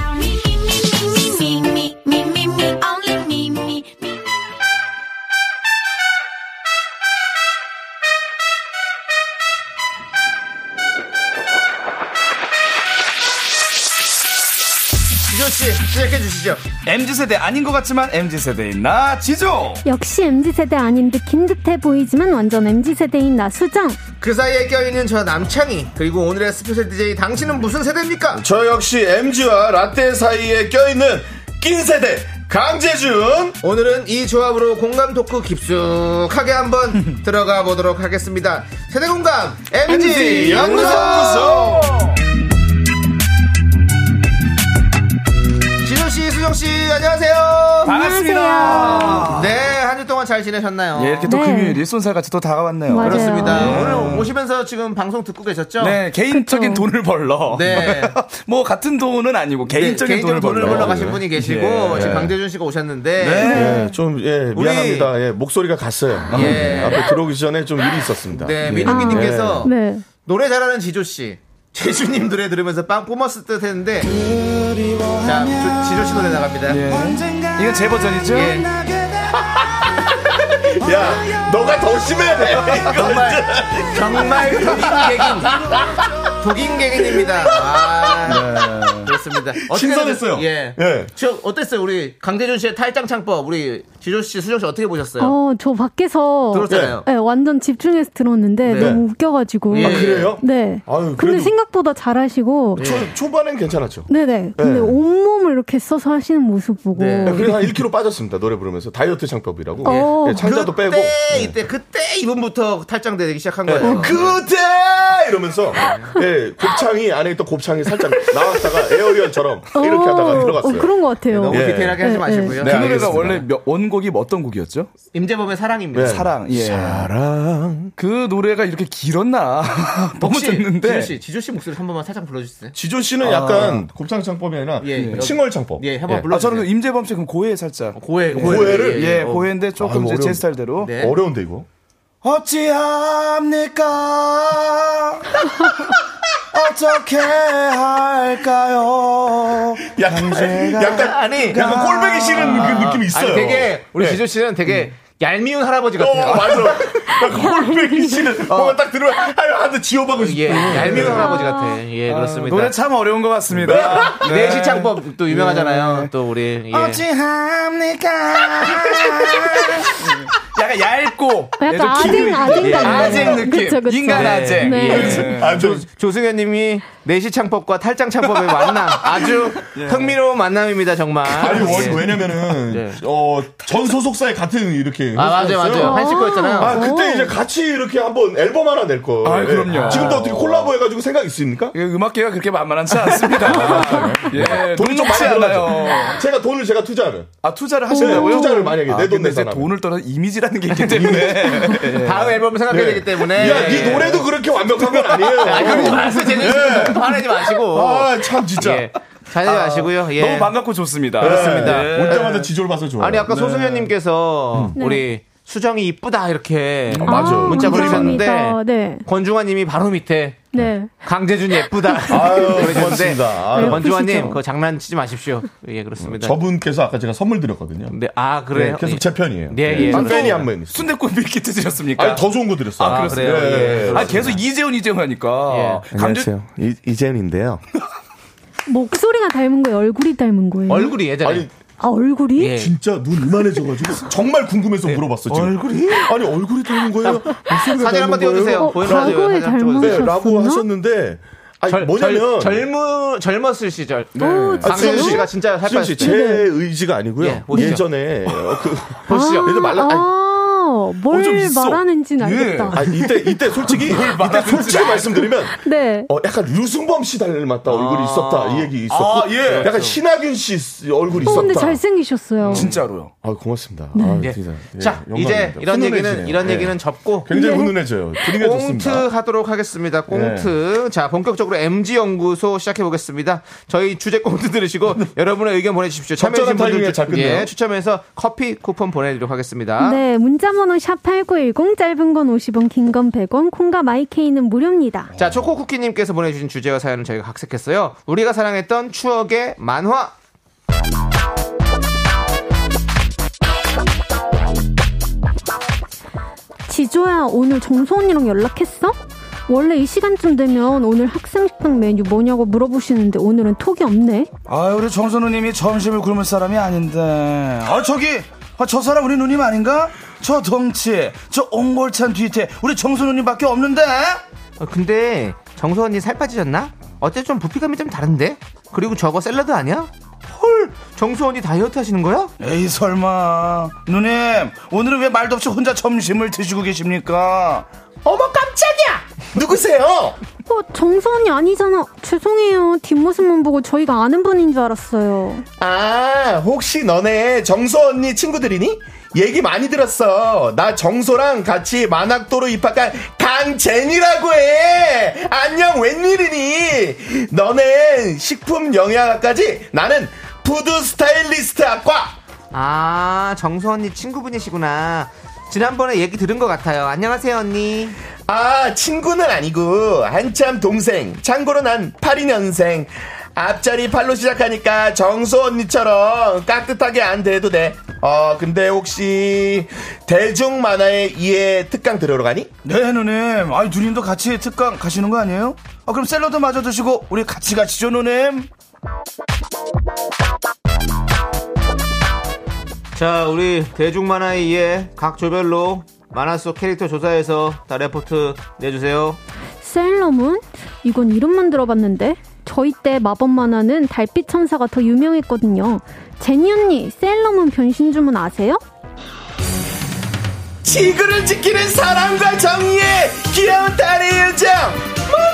Me, me, me, me, me, me, me, me, me, only me, me, me.
MZ세대 아닌 것 같지만 MZ세대인 나 지조.
역시 MZ세대 아닌 듯긴 듯해 보이지만 완전 MZ세대인 나 수정
그 사이에 껴있는 저 남창희, 그리고 오늘의 스페셜 DJ 당신은 무슨 세대입니까?
저 역시 MG와 라떼 사이에 껴있는 낀 세대 강재준.
오늘은 이 조합으로 공감 토크 깊숙하게 한번 들어가 보도록 하겠습니다. 세대 공감 MG 연구소! 지조 씨, 수정 씨, 안녕하세요.
반갑습니다.
네, 한 주 동안 잘 지내셨나요?
예, 이렇게 또
네.
금요일이 쏜살같이 또 다가왔네요.
맞아요.
그렇습니다.
네.
오늘 오시면서 지금 방송 듣고 계셨죠?
네, 개인적인
그쵸.
돈을 벌러.
네.
뭐 같은 돈은 아니고
네,
개인적인
개인적인
돈을 벌러.
가신 분이 계시고
예.
지금 강재준 씨가 오셨는데
네.
예, 좀, 예,
우리-
미안합니다. 예, 목소리가 갔어요.
예.
앞에 들어오기 전에 좀 일이 있었습니다.
네,
예.
민욱이님께서
네
노래 잘하는 지조 씨. 재주님 노래 들으면서 빵 뿜었을 듯 했는데 자 조- 지조 씨 노래 나갑니다
네. 이건 제 버전이죠?
예.
야, 너가 더 심해.
정말 정말 독인 개긴 독인 개긴입니다 아,
네.
그렇습니다 어떻게
신선했어요.
되셨- 예.
예.
저 어땠어요 우리 강재준 씨의 탈장 창법 우리 지조 씨 수정 씨 어떻게 보셨어요?
어, 저 밖에서
들었잖아요.
네, 완전 집중해서 들었는데
네.
너무 웃겨가지고
예. 아,
그래요?
네
아유,
근데
그래도-
생각보다 잘하시고
예. 초, 초반엔 괜찮았죠.
네네 근데
네.
온몸을 이렇게 써서 하시는 모습 보고
네.
예, 그래서 한 1kg 빠졌습니다. 노래 부르면서. 다이어트 창법이라고.
어.
예, 창자도
그때
빼고. 예.
네.
이때 그때 이분부터 탈장되기 시작한 거예요.
예, 그대! 이러면서, 예, 곱창이, 안에 있던 곱창이 살짝 나왔다가 에어리언처럼 이렇게 하다가 들어갔어요.
어, 그런 것
네,
같아요
너무
예.
디테일하게 하지
네,
마시고요.
네,
그 노래가
알겠습니다.
원래 몇- 원곡이 뭐 어떤 곡이었죠?
임재범의 사랑입니다.
네.
사랑. 예.
사랑.
그 노래가 이렇게 길었나? 너무
혹시
듣는데.
지조 씨, 지조 씨 목소리 한 번만 살짝 불러주세요.
지조 씨는 약간 곱창 창법이 아니라
예, 예.
칭얼 창법.
예, 한번
아,
불러주세요.
저는 그 임재범 씨 그럼 고해 살짝.
고해,
고해를?
예,
어.
고해인데 조금
아유,
이제 제
어려운데.
스타일대로.
네.
어려운데, 이거.
어찌합니까? 어떻게 할까요?
약간, 약간,
아니,
약간 꼴보기 싫은 그 느낌이 있어요.
아니 되게 우리 지조 씨는 되게 얄미운 할아버지 같아요. 어.
어, 맞아. 약간 꼴보기 싫은. 뭔가 딱 들으면, 아유, 한대 지워보고 싶어.
예,
네.
얄미운 할아버지 같아. 예, 그렇습니다. 네.
노래 참 어려운 것 같습니다. 네.
내시 창법 또 유명하잖아요. 또 우리 예.
어찌합니까? 약간 얇고
약간 아쟁 아쟁 같은
아쟁 느낌.
그쵸, 그쵸.
인간 아쟁.
네.
아,
예.
저,
조승현님이 내시 창법과 탈장 창법의 만남 아주 흥미로운 만남입니다 정말.
아니 원-
예.
왜냐면은
네.
어전 소속사에 같은 이렇게
아 맞아요
회사였어요.
맞아요 한식 거였잖아요.
아 그때 이제 같이 이렇게 한번 앨범 하나 낼 거.
아, 그럼요.
지금도 어떻게 콜라보 해가지고 생각 있습니까? 아,
음악계가 그렇게 만만하지 않습니다. 예,
돈이 좀 많이 들어가죠. 제가 돈을 제가 투자하면
아 투자를 하신다고요?
네, 투자를 만약에 내
아,
돈
근데
낸
이제
사람은.
돈을 떠나 이미지라는 게 있기 때문에
다음 앨범을 생각해야
네.
되기 때문에.
야, 네 노래도 그렇게 완벽한 건 아니에요.
아, 그럼 말씀 제대로 화내지 마시고.
아, 참 진짜.
예. 자제해 마시고요. 예.
너무 반갑고 좋습니다.
그렇습니다.
예.
올 때마다
지졸 봐서 좋아요.
아니 아까
음.
네.
소승현님께서
네.
우리 수정이 이쁘다 이렇게
아, 맞아.
문자
감사합니다.
보내셨는데
네.
권중환님이 바로 밑에
네.
강재준 예쁘다
아유,
그러셨는데
고맙습니다. 아유.
권중환님
예쁘시죠?
그거 장난치지 마십시오. 예 그렇습니다.
저분께서 아까 제가 선물 드렸거든요.
네, 아 그래요.
네, 계속 제 편이에요.
네,
네.
예.
딴 팬이 한 분.
아, 순대국 밀키트 드셨습니까?
아니, 더 좋은 거 드렸어요.
아, 그렇습니다.
아, 그래요? 예,
예. 아,
그렇습니다.
계속 이재훈, 이재훈 하니까.
예.
음.
감정,
안녕하세요. 이, 이재훈인데요.
목소리가 닮은 거예요? 얼굴이 닮은 거예요?
얼굴이 예. 예전에
아, 얼굴이?
진짜 눈 이만해져가지고 정말 궁금해서 물어봤어 지금. 얼굴이? 아니 얼굴이 닮은 거예요? 목소리가
사진 한번
닮은 거예요?
띄워주세요. 어, 보이는 라디오에 과거에 사진 한번 닮으셨었나?
네, 라고 하셨는데 아니,
절- 절-
뭐냐면
젊은 젊었을 시절.
네.
오,
어,
아, 수정 씨.
씨가 진짜 살
수정
빠졌을
씨,
때.
제
네.
의지가 아니고요.
보시죠.
예, 전에 그,
보시죠.
예전 말라. 아니,
아, 뭘
좀 있어.
말하는지는 알겠다.
아, 이때 이때 솔직히 이때 솔직히 말씀드리면
네.
어, 약간 유승범 씨
아.
닮았다 얼굴이 있었다 이 얘기 있었고
아, 예.
그렇죠.
약간 신하균 씨 얼굴이
어,
있었다.
근데 잘생기셨어요.
진짜로요.
아 고맙습니다.
네.
아,
예.
진짜. 예,
자, 이제
영광입니다.
이런 얘기는
훈훈해지네요.
이런
예.
얘기는 접고
굉장히 훈훈해져요. 분위기가
꽁트
좋습니다. 네.
하도록 하겠습니다. 꽁트. 자, 본격적으로 MG 연구소 시작해 보겠습니다. 저희 주제 꽁트 들으시고 여러분의 의견 보내 주십시오. 참여해
네. 적절한 타이밍에
주신
잘
분들
끝내요.
예, 추첨해서 커피 쿠폰 보내 드리도록 하겠습니다.
네, 문자번호 샵8910, 짧은 건 50원, 긴 건 100원, 콩과 마이케이는 무료입니다.
자, 초코쿠키님께서 보내주신 주제와 사연을 저희가 각색했어요. 우리가 사랑했던 추억의 만화.
지조야, 오늘 정소 언니랑 연락했어? 원래 이 시간쯤 되면 오늘 학생식당 메뉴 뭐냐고 물어보시는데 오늘은 톡이 없네?
아, 우리 정선우님이 점심을 굶을 사람이 아닌데. 아, 저기! 아, 저 사람 우리 누님 아닌가? 저 덩치, 저 옹골찬 뒤태, 우리 정선우님밖에 없는데?
어, 근데 정소 언니 살 빠지셨나? 어째 좀 부피감이 좀 다른데? 그리고 저거 샐러드 아니야? 헐, 정소 언니 다이어트 하시는 거야?
에이, 설마. 누님, 오늘은 왜 말도 없이 혼자 점심을 드시고 계십니까?
어머, 깜짝이야!
누구세요?
어, 정소 언니 아니잖아. 죄송해요. 뒷모습만 보고 저희가 아는 분인 줄 알았어요.
아, 혹시 너네 정소 언니 친구들이니? 얘기 많이 들었어. 나 정소랑 같이 만학도로 입학한 강젠이라고 해. 안녕, 웬일이니? 너는 식품 영양학까지 나는 푸드 스타일리스트학과.
아, 정소 언니 친구분이시구나. 지난번에 얘기 들은 것 같아요. 안녕하세요, 언니.
아, 친구는 아니고 한참 동생. 참고로 난 82년생. 앞자리 팔로 시작하니까 정소 언니처럼 깍듯하게 안 돼도 돼. 어, 근데 혹시 대중 만화의 이해 특강 들으러 가니?
네, 누님. 아니, 누님도 같이 특강 가시는 거 아니에요? 아, 그럼 샐러드 마저 드시고, 우리 같이 가시죠, 누님.
자, 우리 대중 만화에 의해 각 조별로 만화 속 캐릭터 조사해서 다 레포트 내주세요.
셀러문? 이건 이름만 들어봤는데 저희 때 마법 만화는 달빛 천사가 더 유명했거든요. 제니 언니, 셀러문 변신 주문 아세요?
지구를 지키는 사랑과 정의의 귀여운 딸의 요정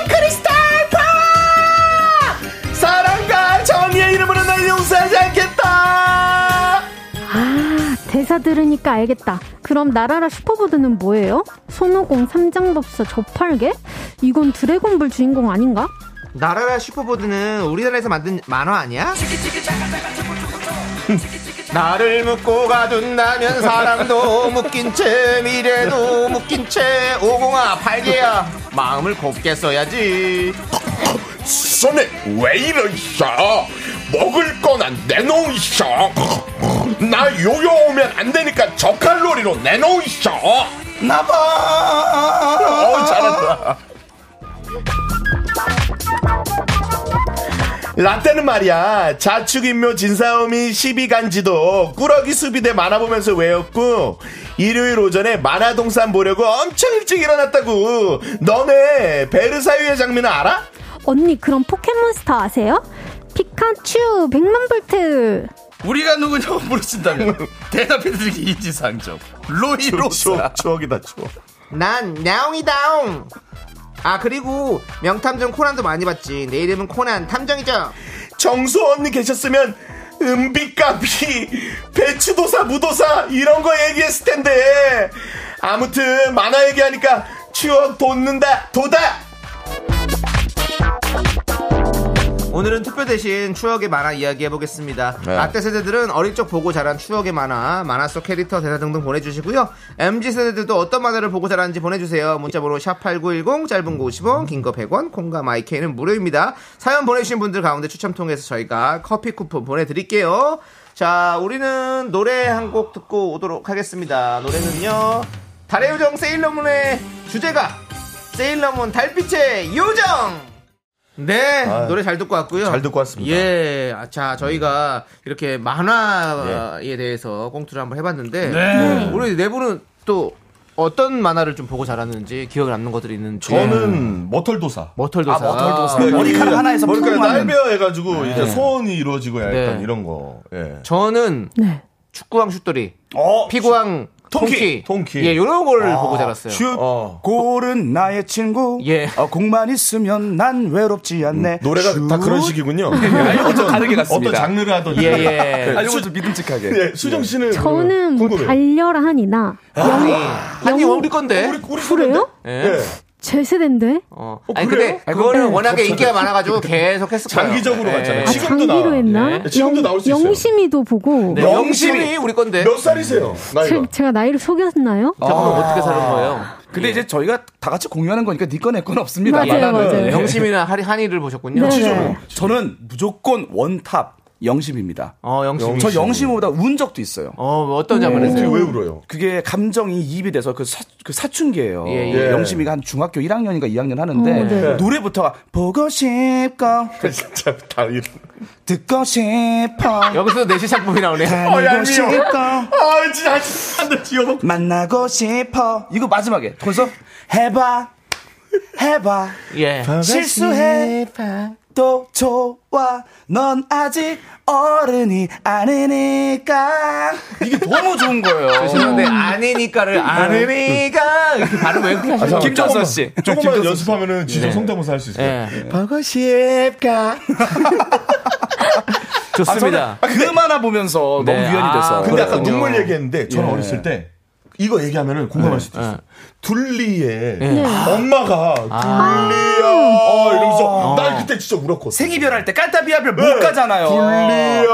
몽크리스탈 파워 사랑과 정의의 이름으로 널 용서하지 않겠다
아, 대사 들으니까 알겠다. 그럼 나라라 슈퍼보드는 뭐예요? 손오공, 삼장법사, 저팔계? 이건 드래곤볼 주인공 아닌가?
나라라 슈퍼보드는 우리나라에서 만든 만화 아니야? 나를 묶고 가둔다면 사람도 묶인 채 미래도 묶인 채 오공아 팔개야 마음을 곱게 써야지
손에 왜 이러셔? 먹을 건 안 내놓으셔. 나 요요 오면 안 되니까 저칼로리로 내놓으셔.
나봐!
어우, 잘한다. 라떼는 말이야 자축인묘 진사오미 시비간지도 꾸러기 수비대 만화 보면서 외웠고 일요일 오전에 만화동산 보려고 엄청 일찍 일어났다고 너네 베르사유의 장미는 알아?
언니, 그럼 포켓몬스터 아세요? 피카츄, 백만볼트.
우리가 누구냐고 물으신다면 대답해드리기 인지상정. 로이로사.
추억이다, 추억.
난 야옹이다옹 아 그리고 명탐정 코난도 많이 봤지 내 이름은 코난 탐정이죠
정수 언니 계셨으면 은비까비 배추도사 무도사 이런 거 얘기했을 텐데 아무튼 만화 얘기하니까 추억 돋는다 도다
오늘은 투표 대신 추억의 만화 이야기 해보겠습니다.
네.
라떼 세대들은 어릴 적 보고 자란 추억의 만화, 만화 속 캐릭터, 대사 등등 보내주시고요. MZ 세대들도 어떤 만화를 보고 자랐는지 보내주세요. 문자번호 샵8910, 짧은 거 50원, 긴 거 100원, 콩과 마이케이는 무료입니다. 사연 보내주신 분들 가운데 추첨 통해서 저희가 커피 쿠폰 보내드릴게요. 자, 우리는 노래 한 곡 듣고 오도록 하겠습니다. 노래는요. 달의 요정 세일러문의 주제가 세일러문 달빛의 요정! 네,
아유,
노래 잘 듣고 왔고요.
잘 듣고 왔습니다.
예, 아, 자 저희가 이렇게 만화에 대해서 꽁투를 한번 해봤는데
네.
우리 내부는 또 어떤 만화를 좀 보고 자랐는지 기억에 남는 것들이 있는지.
저는 머털도사.
머털도사.
아, 머털도사.
네,
네. 머리카락 하나에서
머리카락
퐁 하는.
날벼 해가지고
네.
이제 소원이 이루어지고 약간
네.
이런 거. 예.
저는 축구왕 슛돌이,
어,
어,
피구왕 통키,
통키.
예, 요런 걸
아,
보고 자랐어요. 예,
슛, 골은 나의 친구.
아,
어, 공만 있으면 난 외롭지 않네.
노래가
슛. 네.
다 그런 식이군요. 네.
다르게 갔습니다.
어떤 장르를 하던지.
예, 예.
네.
아, 요거
수- 예, 수정 씨는
저는 뭐 달려라하니나
아니,
어,
아니 우리
네?
건데.
그래요?
네.
예.
제 세대인데?
어, 아니 근데 그거는 워낙에 인기가 많아가지고 계속 했을 거예요.
그렇죠. 장기적으로 갔잖아요.
아,
지금도
장기로
나와.
했나?
예. 지금도 나올 수 있어요.
영심이도 보고.
네, 영심이 우리
네?
건데.
몇 살이세요?
제, 제가 나이를 속였나요?
아, 어떻게 사는 거예요?
근데 이제 저희가 다 같이 공유하는 거니까 니꺼내건 없습니다.
맞아요, 네. 맞아요.
그 영심이나 한, 한이를 보셨군요.
저는 무조건 원탑 영심입니다.
어, 영심.
저 영심보다 운 적도 있어요.
어,
네.
어떤 장면에서
왜 울어요?
그게 감정이 이입이 돼서 그, 사, 그 사춘기예요.
예, 예.
영심이가 한 중학교 1학년인가 2학년 하는데 그
어, 네.
노래부터가 보고 싶고
그러니까 진짜 다 이런.
듣고 싶어
여기서 내시 작품이 나오네.
다니고 싶어
아, 진짜 한대 지어놓고.
만나고 싶어 이거 마지막에 거기서 해봐 해봐
예.
실수해 또 좋아 넌 아직 어른이 아니니까 이게 너무 좋은 거예요 네.
죄송한데 아니니까를 아니니까 이렇게 발음 왜 그렇게 하시는 거예요?
김정서 씨 네.
조금만 연습하면은 진짜 성대모사 할 수 있어요.
예.
보고 싶가
좋습니다.
아, 저는 그 만화 보면서
네,
너무 유연이
아,
됐어
근데 아까
그렇군요.
눈물 얘기했는데 저는
예.
어렸을 때 이거 얘기하면은 공감할 수도 있어요.
예.
둘리의 엄마가 둘리야 어, 이러면서 날 그때 진짜 울었거든.
아. 어. 생이별할 때 깔따비아별
네.
못 가잖아요
둘리야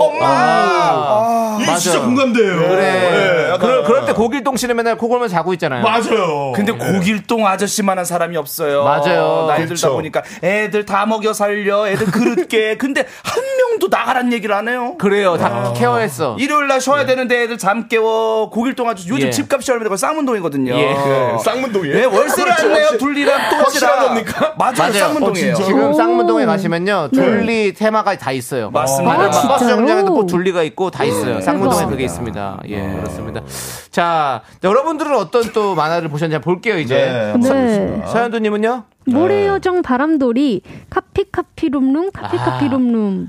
엄마
아.
이게 진짜
맞아요.
공감돼요.
그래.
네,
예, 약간-
그럴, 그럴
어.
때 고길동 씨는 맨날 코골면 자고 있잖아요.
맞아요.
근데 고길동 아저씨만한 사람이 없어요.
맞아요.
나이 들다
그쵸.
보니까 애들 다 먹여 살려, 애들 그릇게. 근데 한 명도 나가란 얘기를 안 해요.
그래요. 다
아.
케어했어.
일요일 날 쉬어야 되는데 애들 잠 깨워. 고길동 아저씨 요즘
예.
집값이 얼마 되고 쌍문동이거든요.
예.
예, 쌍문동이에요. 그렇죠.
네, 월세를 안 내요. 둘리랑 또
확실한 겁니까?
맞아요. 쌍문동이에요.
지금
오.
쌍문동에 가시면요 둘리 테마가 다 있어요.
맞습니다.
바다-
아, 진짜요?
버스 정류장에도 꼭 둘리가 있고 다 있어요. 쌍문동에
대박.
그게 있습니다. 예 그렇습니다. 자 여러분들은 어떤 또 만화를 보셨는지 한번 볼게요 이제.
네.
네.
서현두님은요?
모래여정 바람돌이 카피카피룸룸 카피카피룸룸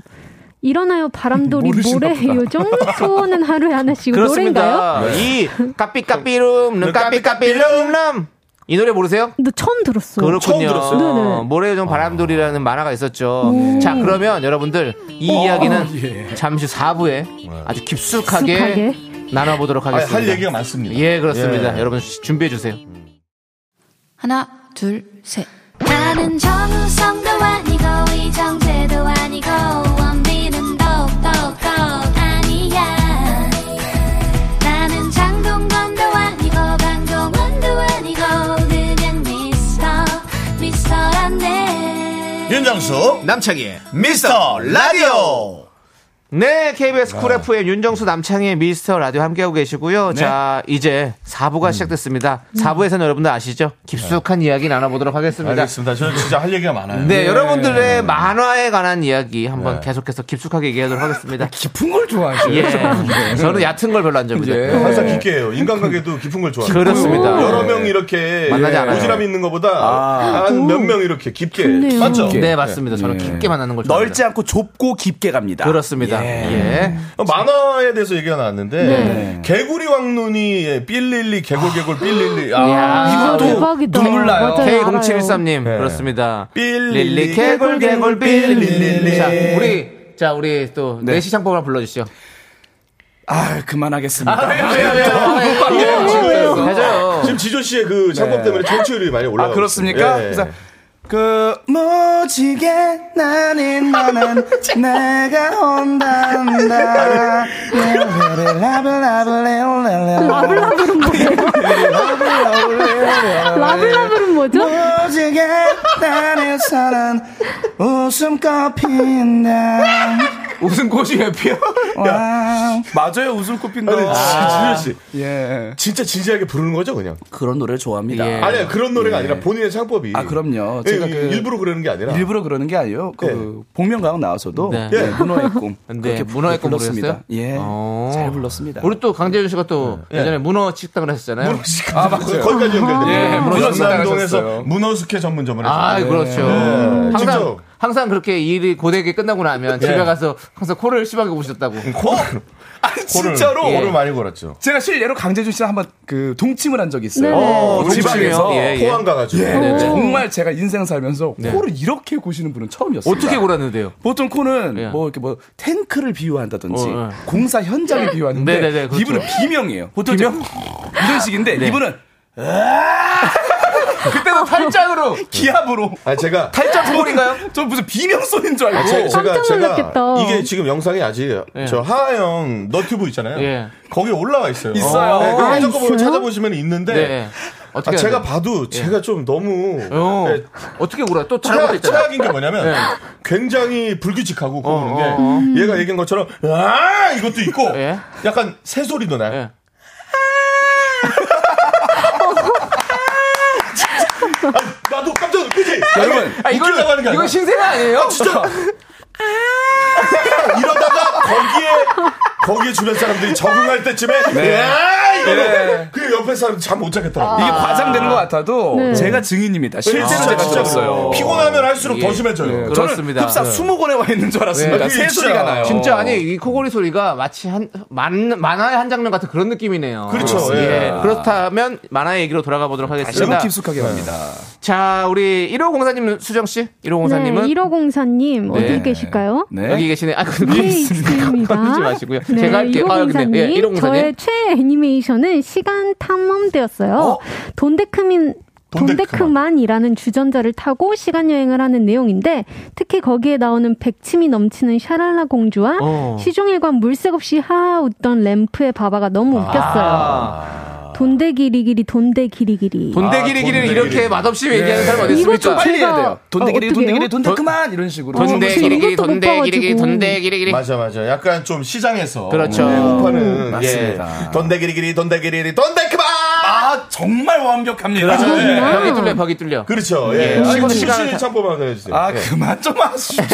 일어나요 바람돌이 모래여정 소원은 하루에 하나씩 이거 노래인가요?
그렇습니다. 이 까삐까삐룸, 까삐까삐룸, 이 노래 모르세요?
너 처음 들었어.
그렇군요.
들었어요.
네네.
모래요정 바람돌이라는 만화가 있었죠. 자, 그러면 여러분들 이 이야기는 잠시 후 4부에 아주 깊숙하게,
깊숙하게.
나눠보도록
아니,
하겠습니다.
할 얘기가 많습니다.
예, 그렇습니다. 여러분 준비해 주세요.
하나, 둘, 셋.
나는 정우성도 아니고 이정재도 아니고 원빈은 더욱더 아니야 나는 장동건도 아니고 강동원도 아니고 그냥 미스터 미스터란데
윤정수
남창희의
미스터 라디오
네, KBS 쿨 FM 윤정수 남창희의 미스터 라디오 함께하고 계시고요. 자, 이제 4부가 시작됐습니다.
음.
4부에서는 여러분들 아시죠? 깊숙한 이야기 나눠보도록 하겠습니다.
알겠습니다. 저는 진짜 할 얘기가 많아요.
네, 여러분들의 만화에 관한 이야기 한번 계속해서 깊숙하게 얘기하도록 하겠습니다.
깊은 걸 좋아하시죠.
예. 저는 얕은 걸 별로 안 좋아해요.
항상 깊게 해요. 인간관계도 깊은 걸 좋아해요.
그렇습니다.
여러 명 이렇게
만나지
예,
않아요. 아.
오지랖이 있는 것보다 한 몇 명 이렇게 깊게
좋네요.
맞죠?
네, 맞습니다. 저는 깊게 만나는 걸 좋아해요.
넓지 않고 좁고 깊게 갑니다.
그렇습니다. 예.
어, 만화에 대해서 얘기가 나왔는데
네.
개구리 왕눈이 예, 삘릴리 개굴개굴 삘릴리 아,
이것도 대박이다. 눈물 나요. 맞아요,
K0713님 그렇습니다.
삘릴리,
릴리 개굴 개굴 빌릴리.
삘릴리.
자, 우리 자 우리 또네 내시 창법을 불러 주시죠.
아, 그만하겠습니다.
지금
해줘요. 네.
지금 지조 씨의 그 창법 때문에 청취율이 많이 올라가.
아, 그렇습니까? 그래서 그 무지개 나는 너는 내가 온단다 레오레 라블라블 레오레레
라블라블은
뭐예요?
라블라블은 뭐죠?
네.
무지개 나는 사는 웃음꽃핀다
웃음꽃이 왜 피어?
예. 맞아요, 웃음꽃 핀다.
아.
진현 씨.
예.
진짜 진지하게 부르는 거죠, 그냥?
그런 노래를
네.
예.
좋아합니다.
아니야, 그런 노래가 아니라 본인의 창법이.
아, 그럼요.
예,
제가
예,
그
일부러 그러는 게 아니라.
일부러 그러는 게 아니에요. 그 복면가왕 나와서도
네.
예, 문어의 꿈.
네,
그렇게
문어의 꿈
불렀습니다.
부르셨어요?
예.
어.
잘 불렀습니다.
우리 또 강재준 씨가 또
예.
예전에 문어 식당을 하셨잖아요.
문어 식당. 거기까지 연결돼요.
예, 문어 식당
문어동에서
하셨어요.
문어숙회 전문점을 했어요.
네.
아, 그렇죠.
예,
항상
직접.
항상 그렇게 일이 고되게 끝나고 나면
네.
예.
집에 가서 항상 코를 심하게 보셨다고. 코?
음, 아니
진짜로?
코를 많이 걸었죠.
제가 실례로 강재준 씨랑 한번 그 동침을 한 적이
네.
있어요.
어,
그
그렇죠.
지방에서
동침이요? 예, 예. 포항 가가지고.
예,
어,
네, 네.
정말 제가 인생 살면서
네.
코를 이렇게 고시는 분은 처음이었어요.
어떻게 골았는데요?
보통 코는 뭐 이렇게 뭐 탱크를 비유한다든지
어, 예.
공사 현장을 비유하는데
네, 네, 네, 그렇죠.
이분은 비명이에요. 보통 비명? 이런 식인데
네.
이분은
그때도 탈장으로
기합으로.
아, 제가
탈장 소리인가요?
저 무슨 비명 소리인 줄 알고.
아, 제, 제가
깜짝
제가
놀랐겠다.
이게 지금 영상이 아직 저 하하영 너튜브 있잖아요.
예.
거기 올라와 있어요.
있어요.
네,
아,
그 해적거 보면
있어요?
찾아보시면 있는데
네. 어떻게
아,
해야
제가
돼요?
봐도 제가 좀 너무
어.
네,
어떻게 울어요? 또 잘못
최악,
있잖아.
최악인 게 뭐냐면
네.
굉장히 불규칙하고 그러는 게
어, 예. 어.
얘가 얘기한 것처럼 아 이것도 있고 약간 새 소리도 나요.
예.
진짜. 아, 나도 깜짝 놀랐지.
여러분,
아, 이건-
웃기려고 하는 게 아니라.
이건 신세가 아니에요?
아, 진짜. 이러다가 거기에 거기에 주변 사람들이 적응할 때쯤에
네.
야 이거
네.
그 옆에 사람 잠 못 자겠더라고.
이게 과장되는 것 같아도
네.
제가 증인입니다. 실제로
아, 진짜,
제가
진짜로.
들었어요.
피곤하면 할수록 더 심해져요.
그렇습니다.
저는 흡사
네.
20권에 와 있는 줄 알았습니다.
그러니까 아,
네.
새 소리가 나요.
진짜 아니 이 코골이 소리가 마치 한 만, 만화의 한 장면 같은 그런 느낌이네요.
그렇죠.
그렇습니다.
예.
그렇다면 만화의 얘기로 돌아가 보도록
그러니까
다시 한번
하겠습니다.
깊숙하게 갑니다.
자, 우리 1호 공사님 수정 씨, 1호 공사님은
네, 1호 공사님
네.
어디 계실까요?
여기 계시네. 아, 근데
네,
있습니다. 건드지 마시고요.
네,
제가 할게요. 아, 근데 예, 1호
이공사님
공사님.
저의 최애 애니메이션은 시간 탐험대였어요. 돈데크민 돈데크만이라는 주전자를 타고 시간 여행을 하는 내용인데 특히 거기에 나오는 백침이 넘치는 샤랄라 공주와
어.
시종일관 물색 없이 하하 웃던 램프의 바바가
아.
너무 웃겼어요. 돈데 기리기리 돈데 기리기리.
돈대기리기를 이렇게 아, 맛없이 얘기하는 사람 어디
이거
있습니까?
좀
빨리 해야
제가-
돼요.
어,
돈데기리,
어떡해요?
돈데기리, 돈데
돈-
그만! 이런 식으로.
돈대기리기리 돈대기리기리 돈대기리기리.
맞아 맞아. 약간 좀 시장에서
그렇죠.
네, 못하는
맞습니다.
예. 돈대기리기리 돈대기리리 돈데크바.
아, 정말 완벽합니다.
네.
벽이 뚫려, 벽이 뚫려.
그렇죠. 예.
예.
아,
시골
이거
시장
시골 창법 하나 해주세요.
아,
예.
그만 좀 하십시오.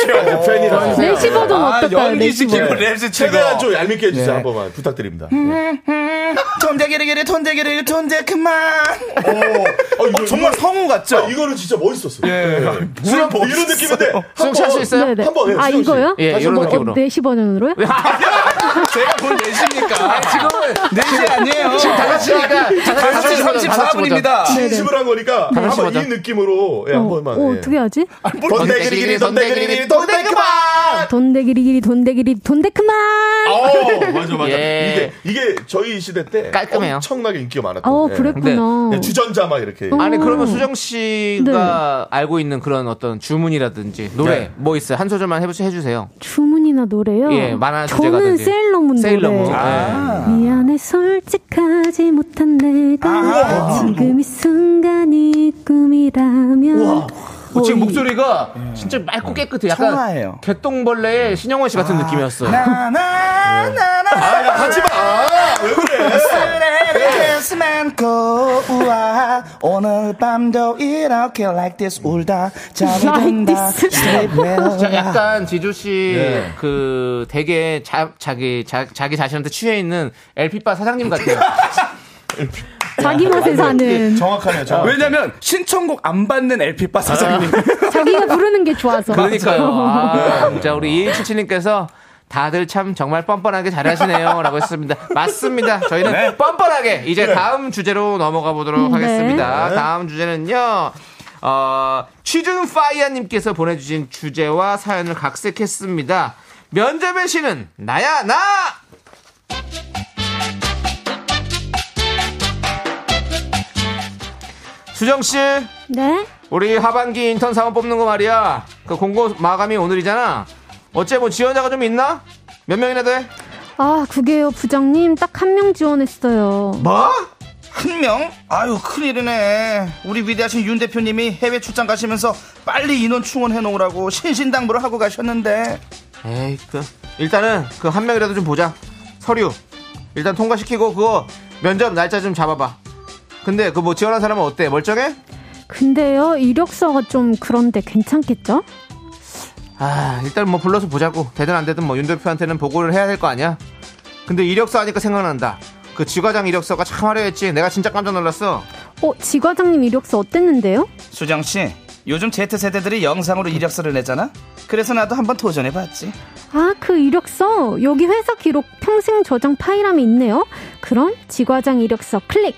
팬이라.
랩시 버전
아,
네, 어떨까요? 네,
연기
랩시
시키고
버전.
랩시 치고.
네, 최대한 좀 얄밉게 해주세요
네.
한 번만 부탁드립니다. 네.
돈데기리기리, 돈데기리기리, 돈데 그만!
어, 이거-
정말 성우 같죠?
아, 이거는 진짜 멋있었어. 예.
뭐야,
뭐 이런
멋있어.
느낌인데
수정 씨할수 있어요?
네네.
한번 해요,
아
수정 씨.
이거요?
예,
다시
이런
한번.
느낌으로. 네,
어, 내시 버전으로요?
제가 본 내시입니까?
아, 지금
내시 아니에요.
지금 다 같이니까 다 같이
아,
34분입니다.
진심을 한 거니까
다 같이
한번 이
보자.
느낌으로 예, 한 번만.
어,
예.
어떻게 하지?
돈대기리기리 돈대기리기리 돈대크만.
돈데기리기리 돈데기리 돈데크만.
어 맞아 맞아
예.
이게 이게 저희 시대 때
깔끔해요.
엄청나게 인기가 많았던.
어,
네.
예.
그랬구나.
예, 주전자 막 이렇게.
아니 그러면 수정 씨가 알고 있는 그런 어떤 주문이라든지 노래
네.
뭐 있어요? 한 소절만 해보시 해주세요.
주문이나 노래요?
예, 만화
저는
주제가든지.
세일러문 노래.
세일러문. 아. 네.
미안해 솔직하지 못한 내가
아.
지금 이 순간이 꿈이라면
어, 지금 목소리가 진짜 맑고 깨끗해. 약간
청아예요.
개똥벌레의 신영원 씨 같은 느낌이었어.
아,
나나나나
야, 하지 마. 왜 그래?
스만고 우와 오늘 밤도 이렇게 like this 울다 잠이
Like
든다
this.
sleep
어,
well.
자, 약간 지조 씨
네.
그 되게 자, 자기 자, 자기 자신한테 취해 있는 LP바 사장님 같아요.
자기
아, 네.
맛에 사는
정확하네요. 정확.
왜냐면 신청곡 안 받는 LP바 사장님
자기가 부르는 게 좋아서.
그러니까요. 아, 자, 우리 2177님께서 다들 참 정말 뻔뻔하게 잘하시네요. 라고 했습니다. 맞습니다. 저희는
네.
뻔뻔하게 이제
네.
다음 주제로 넘어가 보도록
네.
하겠습니다.
네.
다음 주제는요. 어, 취준파이어님께서 보내주신 주제와 사연을 각색했습니다. 면접의 신은 나야, 나! 수정 씨.
네?
우리 하반기 인턴 사원 뽑는 거 말이야. 그 공고 마감이 오늘이잖아. 어째 뭐 지원자가 좀 있나? 몇 명이나 돼?
아, 그게요, 부장님. 딱 한 명 지원했어요.
뭐?
한 명? 아유 큰일이네. 우리 위대하신 윤 대표님이 해외 출장 가시면서 빨리 인원 충원해 놓으라고 신신당부를 하고 가셨는데.
에이, 그 일단은 그 한 명이라도 좀 보자. 서류 일단 통과시키고 그거 면접 날짜 좀 잡아봐. 근데 그 뭐 지원한 사람은 어때? 멀쩡해?
근데요, 이력서가 좀 그런데 괜찮겠죠?
아, 일단 뭐 불러서 보자고. 되든 안 되든 뭐 윤 대표한테는 보고를 해야 될 거 아니야. 근데 이력서 하니까 생각난다. 그 지과장 이력서가 참 화려했지. 내가 진짜 깜짝 놀랐어.
어, 지과장님 이력서 어땠는데요?
수정 씨, 요즘 Z 세대들이 영상으로 이력서를 내잖아. 그래서 나도 한번 도전해 봤지.
아, 그 이력서. 여기 회사 기록 평생 저장 파일함이 있네요. 그럼 지과장 이력서 클릭.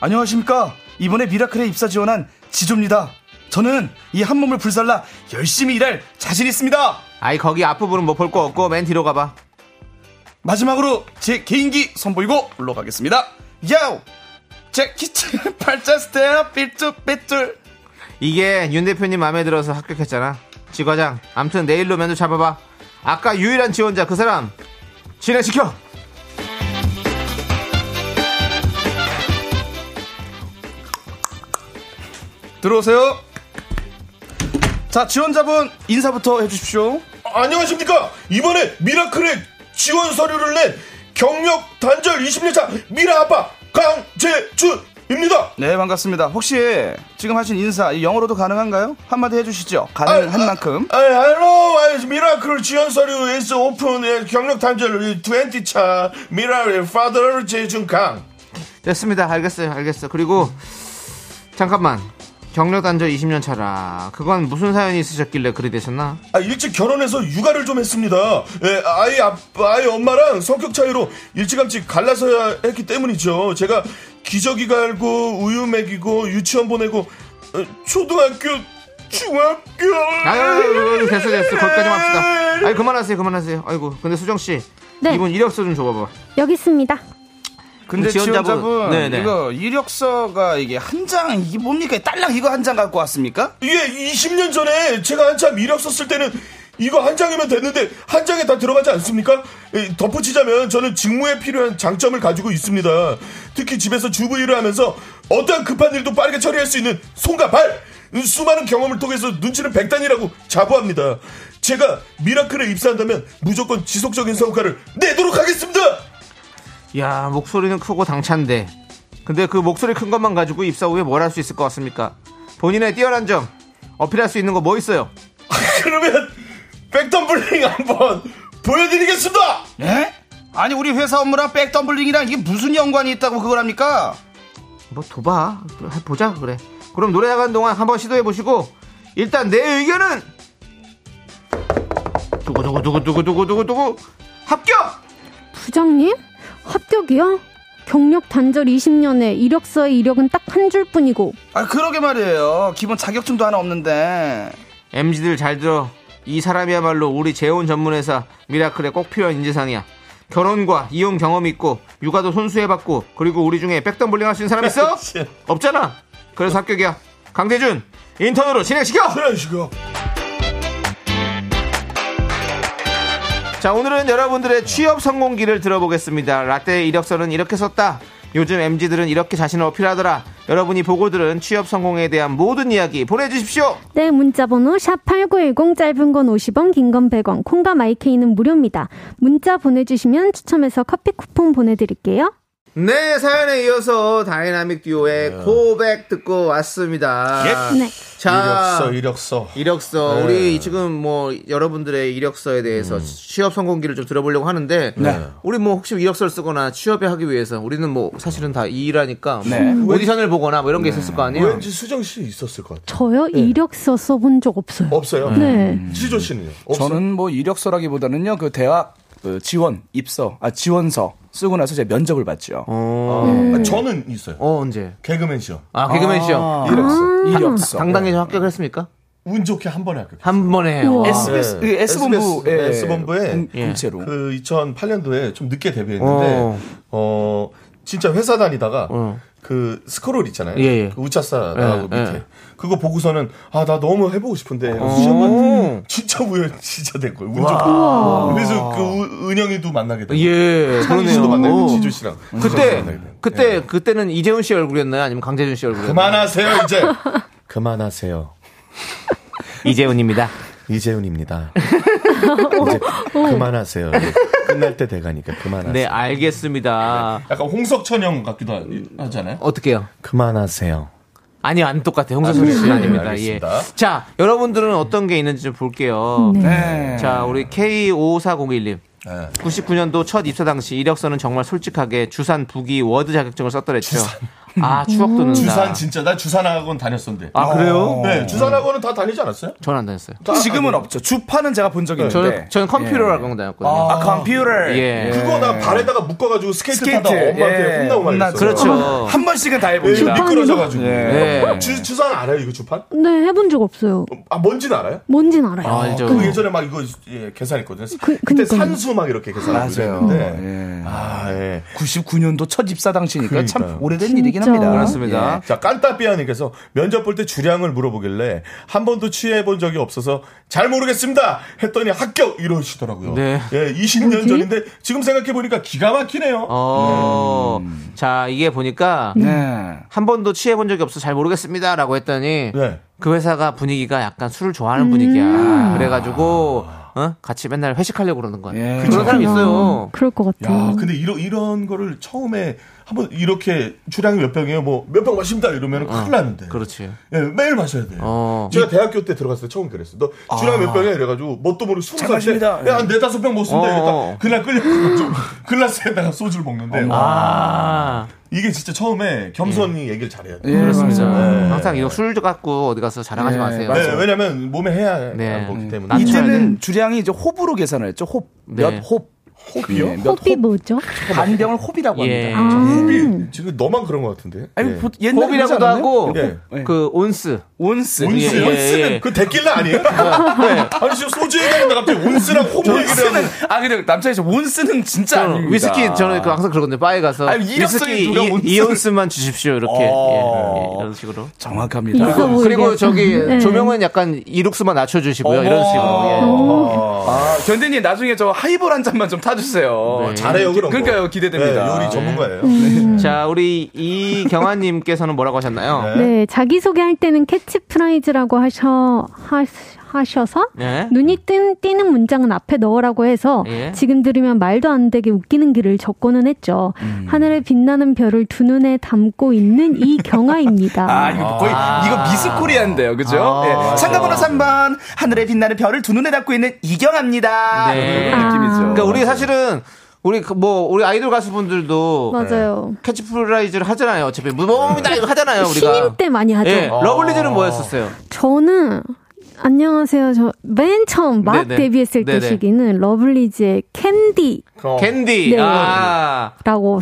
안녕하십니까. 이번에 미라클에 입사 지원한 지조입니다. 저는 이 한 몸을 불살라 열심히 일할 자신 있습니다.
아이 거기 앞부분은 뭐 볼 거 없고 맨 뒤로 가봐.
마지막으로 제 개인기 선보이고 올라가겠습니다. 야우! 제 키친 팔자 스텝 삐뚤 삐뚤
이게 윤 대표님 마음에 들어서 합격했잖아. 지과장, 암튼 내일로 면접 잡아봐. 아까 유일한 지원자 그 사람 진행시켜.
들어오세요. 자, 지원자분 인사부터 해주십시오.
안녕하십니까. 이번에 미라클의 지원 서류를 낸 경력 단절 20년차 미라 아빠 강재준입니다.
네, 반갑습니다. 혹시 지금 하신 인사 이 영어로도 가능한가요? 한마디 해주시죠. 가능한 만큼.
아, hello, 미라클 지원 서류 is open 예, 경력 단절 20차 미라의 father 재준 강.
됐습니다. 알겠어요. 알겠어. 그리고 잠깐만. 경력 단절 20년 차라. 그건 무슨 사연이 있으셨길래 그리 되셨나?
아, 일찍 결혼해서 육아를 좀 했습니다. 예, 아이 아, 아이 엄마랑 성격 차이로 일찌감치 갈라서야 했기 때문이죠. 제가 기저귀 갈고 우유 먹이고 유치원 보내고 어, 초등학교 중학교
아유, 됐어, 됐어. 거기까지 합시다. 아이 그만하세요. 그만하세요. 아이고. 근데 수정 씨.
네.
이분 이력서 좀 줘봐 봐.
여기 있습니다.
근데
지원자분,
지원자분,
네네.
이거 이력서가 이게 한 장 이게 뭡니까? 딸랑 이거 한 장 갖고 왔습니까?
이게 20년 전에 제가 한참 이력서 쓸 때는 이거 한 장이면 됐는데 한 장에 다 들어가지 않습니까? 에, 덧붙이자면 저는 직무에 필요한 장점을 가지고 있습니다. 특히 집에서 주부 일을 하면서 어떠한 급한 일도 빠르게 처리할 수 있는 손과 발 수많은 경험을 통해서 눈치는 백단이라고 자부합니다. 제가 미라클에 입사한다면 무조건 지속적인 성과를 내도록 하겠습니다.
야, 목소리는 크고 당찬데. 근데 그 목소리 큰 것만 가지고 입사 후에 뭘 할 수 있을 것 같습니까? 본인의 뛰어난 점 어필할 수 있는 거 뭐 있어요?
그러면 백덤블링 한번 보여드리겠습니다.
예? 아니 우리 회사 업무랑 백덤블링이랑 이게 무슨 연관이 있다고 그걸 합니까?
뭐 도봐 보자 그래. 그럼 노래 나가는 동안 한번 시도해 보시고 일단 내 의견은 두고 두고 두고 두고 두고 두고 두고 합격.
부장님? 합격이요? 경력 단절 20년에 이력서의 이력은 딱 한 줄뿐이고
아 그러게 말이에요. 기본 자격증도 하나 없는데.
MZ들 잘 들어. 이 사람이야말로 우리 재혼 전문회사 미라클에 꼭 필요한 인재상이야. 결혼과 이혼 경험이 있고 육아도 손수해봤고 그리고 우리 중에 백덤블링 할 수 있는 사람 있어? 없잖아. 그래서 합격이야. 강대준 인턴으로 진행시켜.
진행시켜.
자 오늘은 여러분들의 취업 성공기를 들어보겠습니다. 라떼의 이력서는 이렇게 썼다. 요즘 MZ들은 이렇게 자신을 어필하더라. 여러분이 보고 들은 취업 성공에 대한 모든 이야기 보내주십시오.
네 문자번호 샵8910 짧은 건 50원 긴 건 100원 콩과 마이케이는 무료입니다 문자 보내주시면 추첨해서 커피 쿠폰 보내드릴게요
네 사연에 이어서 다이나믹 듀오의 고백 듣고 왔습니다.
예.
네.
자
이력서, 이력서.
이력서
네.
우리 지금 뭐 여러분들의 이력서에 대해서 취업 성공기를 좀 들어보려고 하는데
네.
우리 뭐 혹시 이력서를 쓰거나 취업에 하기 위해서 우리는 뭐 사실은 다 이 일하니까 뭐
네.
오디션을 보거나 뭐 이런 게 있었을 거 아니에요.
왠지 수정 씨 있었을 것 같아요.
저요 이력서 써본 적 없어요
없어요.
네.
지조 씨는요?
저는 뭐 이력서라기보다는요 그 대학 그 지원 입서 아 지원서 쓰고 나서 제 면접을 봤죠.
아, 저는 있어요.
어 언제?
개그맨 시험.
아 개그맨 시험
이력서.
이력서.
당당히 좀 합격을 했습니까?
운 좋게 한 번에 합격.
한 번에 해요.
SBS
네.
그 S본부 예.
SBS, S본부에
공- 공채로.
그 2008년도에 좀 늦게 데뷔했는데 어, 진짜 회사 다니다가 그 스크롤 있잖아요.
예, 예.
그 우차사 나가고
예,
밑에
예.
그거 보고서는 아 나 너무 해보고 싶은데
어.
시험은 진짜 우연 진짜 된 거예요. 운
와.
좋고
우와.
그래서 그 우- 은영이도 만나게 되고
예,
창희 씨도
그러네요.
만나게 되고
오.
지조 씨랑
그때 그때 그때는 이재훈 씨 얼굴이었나요? 아니면 강재준 씨 얼굴이었나요?
그만하세요 이제 네. 그만하세요.
이재훈입니다.
이재훈입니다. 그만하세요. 끝날 때 돼가니까 그만하세요.
네, 알겠습니다.
약간 홍석천 형 같기도 하- 하잖아요.
어떻게요?
그만하세요.
아니요, 안 똑같아요. 홍석천
아,
씨
네,
아닙니다. 예.
알겠습니다.
자, 여러분들은 어떤 게 있는지 좀 볼게요.
네. 네.
자, 우리 K55401님.
네.
99년도 첫 입사 당시 이력서는 정말 솔직하게 주산 부기 워드 자격증을 썼더랬죠. 아, 추억 돋는다.
주산 진짜 나 주산학원 다녔었는데.
아, 그래요?
네, 주산학원은 다 다니지 않았어요? 아,
저는 안 다녔어요.
지금은 없죠. 주파는 제가 본
네.
적이 있는데.
저는, 저는
예.
컴퓨터를 학원 다녔거든요.
아, 컴퓨터.
예.
네. 그거 나 발에다가 묶어가지고 스케이트, 타다 엄마한테
예.
혼나고 말했어.
그렇죠.
한 번씩은 다
예,
해봅니다.
미끄러져가지고.
예. 예.
주, 주산 알아요 이거 주판?
네, 해본 적 없어요.
아 뭔지는 알아요?
뭔진 알아요.
그 예전에 막 이거 예, 계산했거든요. 그, 때 산수 막 이렇게 계산하고
맞아요.
그랬는데.
예.
아, 예.
99년도 첫 입사 당시니까 참
그러니까요.
오래된 일이긴
아,
합니다.
예. 자, 깐따삐아님께서 면접 볼 때 주량을 물어보길래 한 번도 취해 본 적이 없어서 잘 모르겠습니다. 했더니 합격 이러시더라고요.
네.
예, 20년 전인데 지금 생각해 보니까 기가 막히네요.
어,
음.
자, 이게 보니까 한 번도 취해본 적이 없어 잘 모르겠습니다. 라고 했더니
네. 예.
그 회사가 분위기가 약간 술을 좋아하는
음.
분위기야. 그래가지고 어? 같이 맨날 회식하려고 그러는 거야.
예.
그런 사람 있어요.
그럴 것 같아요.
야, 근데 이런 이런 거를 처음에 한번 이렇게 주량이 몇 병이에요? 뭐 몇 병 마십니다. 이러면
어.
큰일 나는데.
그렇지.
예, 매일 마셔야 돼요.
어.
제가 대학교 때 들어갔을 때 처음 그랬어. 너 주량 몇 병이야? 이래가지고 뭣도 모르고
아.
스무
잘
살때
마십니다.
야, 한 네다섯 병 먹었습니다.
어.
이랬다. 그날 끌려가지고 글라스에다가 소주를 먹는데.
어머.
아.
와. 이게 진짜 처음에 겸손히
예.
얘기를 잘해야 돼요.
그렇습니다.
네.
항상 이거 술 갖고 어디 가서 자랑하지
네,
마세요.
맞아요. 네, 왜냐면 몸에 해야
네.
음.
거기 때문에.
이때는 주량이 이제 홉으로 계산을 했죠. 홉.
네.
몇 홉.
홉이요?
예, 몇
호비 뭐죠? 아,
홉. 반병을 홉이라고
예.
합니다.
호흡이 지금 너만 그런 것 같은데. 예.
아니, 뭐, 보- 옛날에 그러지
호비라고도
않았나요?
하고
예.
그 온스.
온스.
온스? 온스는
예.
그 데킬라 아니에요?
네.
아니 지금 소주 얘기하는데 갑자기 온스랑 호흡 얘기를 하면
온스는 아 근데 남자에서 온스는 진짜
저는
아닙니다.
위스키 저는 그 항상 그러거든요. 바에 가서
아니, 이력서에
위스키
누가 온스-
이, 이온스만 주십시오. 이렇게
어.
예, 예, 이런 식으로.
정확합니다.
그리고,
있어
그리고
보이게.
저기
네.
조명은 약간 이룩스만 낮춰주시고요. 이런 식으로. 예.
아, 견디님 나중에 저 하이볼 한 잔만 좀 타주세요.
네. 잘해요, 그런 거.
그러니까요 기대됩니다. 음.
네, 요리
전문가예요.
예.
음.
자 우리 이경아님께서는 뭐라고 하셨나요?
네, 자기소개할 때는 캐치프라이즈라고 하셔, 하, 셔서
네.
눈이 뜬, 띄는 문장은 앞에 넣으라고 해서
예.
지금 들으면 말도 안 되게 웃기는 길을 적고는 했죠.
음.
하늘에 빛나는 별을 두 눈에 담고 있는 이경아입니다.
아, 이거 거의, 이거 미스코리아인데요, 그죠? 예. 상가번호 3번, 하늘에 빛나는 별을 두 눈에 담고 있는 이경아입니다.
네.
이런 느낌이죠.
그러니까 우리 사실은 우리 그 뭐 우리 아이돌 가수분들도
맞아요.
네. 캐치프라이즈를 하잖아요. 어차피 무모입니다 이거 하잖아요. 우리가.
신인 때 많이 하죠.
예, 러블리즈는 뭐였었어요?
저는 안녕하세요. 저 맨 처음 막
네네.
데뷔했을 때
네네.
시기는 러블리즈의 캔디라고
캔디.
네.
아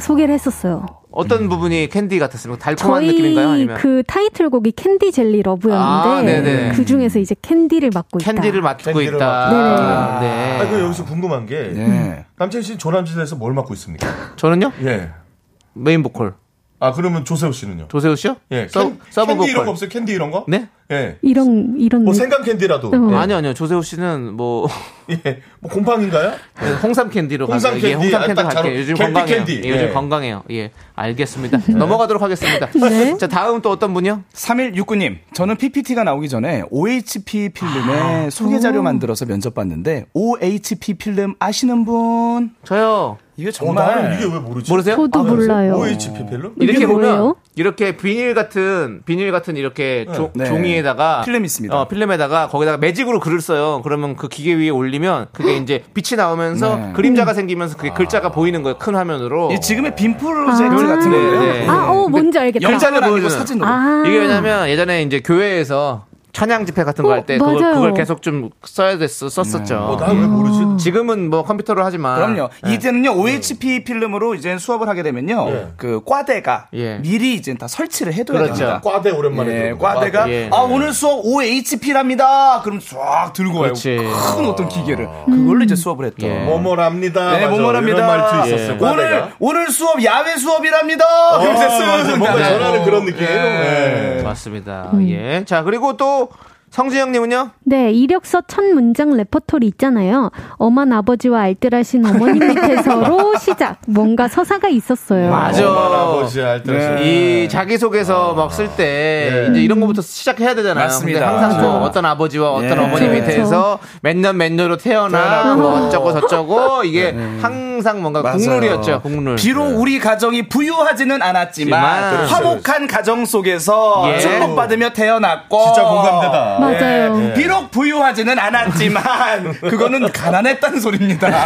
소개를 했었어요.
어떤 부분이 캔디 같았습니까? 달콤한
저희
느낌인가요? 아니면
그 타이틀곡이 캔디 젤리
아,
러브였는데
네네.
그 중에서 이제 캔디를 맡고 있다.
캔디를 맡고 있다.
맡고
네.
아, 그 여기서 궁금한 게
네.
남창희 씨는 조남지대에서 뭘 맡고 있습니까?
저는요?
예.
메인 보컬.
아 그러면 조세호 씨는요?
조세호 씨요?
예.
서-
캔,
서브
디 이런
보컬.
거 없어요? 캔디 이런 거?
네?
예.
이런 이런
음.
뭐 생강 캔디라도.
어.
예.
아니요 아니요 조세호 씨는 뭐
예. 뭐 곰팡인가요?
네.
홍삼 캔디로
홍삼
가요. 예,
캔디.
홍삼
아,
캔디
딱 잘-
갈게요. 요즘
캔디
건강해요.
캔디.
예, 요즘
네.
예.
건강해요. 예, 알겠습니다. 넘어가도록 하겠습니다.
네.
자, 다음 또 어떤 분이요?
3169님, 저는 PPT가 나오기 전에 OHP 필름에 소개자료 만들어서 면접 봤는데, OHP 필름 아시는 분?
저요.
이게
어,
정말. 음.
나는 이게 왜 모르지?
모르세요? 저도 아, 몰라요.
OHP 필름?
이렇게 보면 이렇게 비닐 같은 비닐 같은 이렇게 조-
네.
종이에다가
필름 있습니다.
어, 필름에다가 거기다가 매직으로 글을 써요. 그러면 그 기계 위에 올리면 그게 이제 빛이 나오면서
네. 아.
그림자가 생기면서 그게 글자가 보이는 거예요. 큰 화면으로.
이 지금의 빔 프로젝트
뭐. 아.
같은 거예요.
네, 네.
아, 어, 뭔지 알겠다.
영상은 아니고
보여주는.
사진으로.
아.
이게 왜냐면 예전에 이제 교회에서 천양 집회 같은 거 할 때
어,
그걸,
맞아요.
그걸 계속 좀 써야 됐어 썼었죠.
어,
아,
난왜 모르지?
지금은 뭐 컴퓨터로 하지만
그럼요.
네.
이때는요 OHP 필름으로 이제 수업을 하게 되면요 그 꽈대가
예.
미리 이제 다 설치를 해둬야
그렇죠.
됩니다.
꽈대 오랜만에 들어보네.
꽈대가
꽈대. 예.
아 오늘 수업 OHP랍니다. 그럼 쫙 들고 와요.
그렇지.
큰 어떤 기계를 그걸로 이제 수업을 했던.
예.
뭐뭐랍니다.
네,
맞아.
뭐뭐랍니다.
이런 말도 있었어요.
예.
꽈대가.
오늘 오늘 수업 야외 수업이랍니다.
어,
그래서 그러니까. 예.
맞아.
쓰는
뭔가
단어.
전하는 그런 느낌.
네. 맞습니다.
음.
예. 자 그리고 또 성지영님은요.
네, 이력서 첫 문장 레퍼토리 있잖아요. 엄한 아버지와 알뜰하신 어머님 밑에서로 시작. 뭔가 서사가 있었어요.
맞아.
할아버지, 할아버지.
예. 네.
이 자기소개서 막 쓸 때
네.
이제 이런 거부터 시작해야 되잖아요.
아. 맞습니다.
근데 항상 또
맞아요.
어떤 아버지와 어떤
예.
어머니
그렇죠.
밑에서 몇 년 몇 년으로 태어나
태어나고.
뭐 어쩌고 저쩌고 이게 항상 뭔가
네, 맞아요.
국룰이었죠. 국룰.
비록
네.
우리 가정이 부유하지는 않았지만
그렇죠,
화목한 가정 속에서
네.
예.
축복받으며 태어났고
진짜 공감되다. 맞아요.
예. 비록 부유하지는 않았지만 그거는 가난했다는 소리입니다.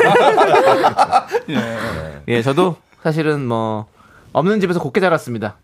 예, 저도 사실은 뭐 없는 집에서 곱게 자랐습니다.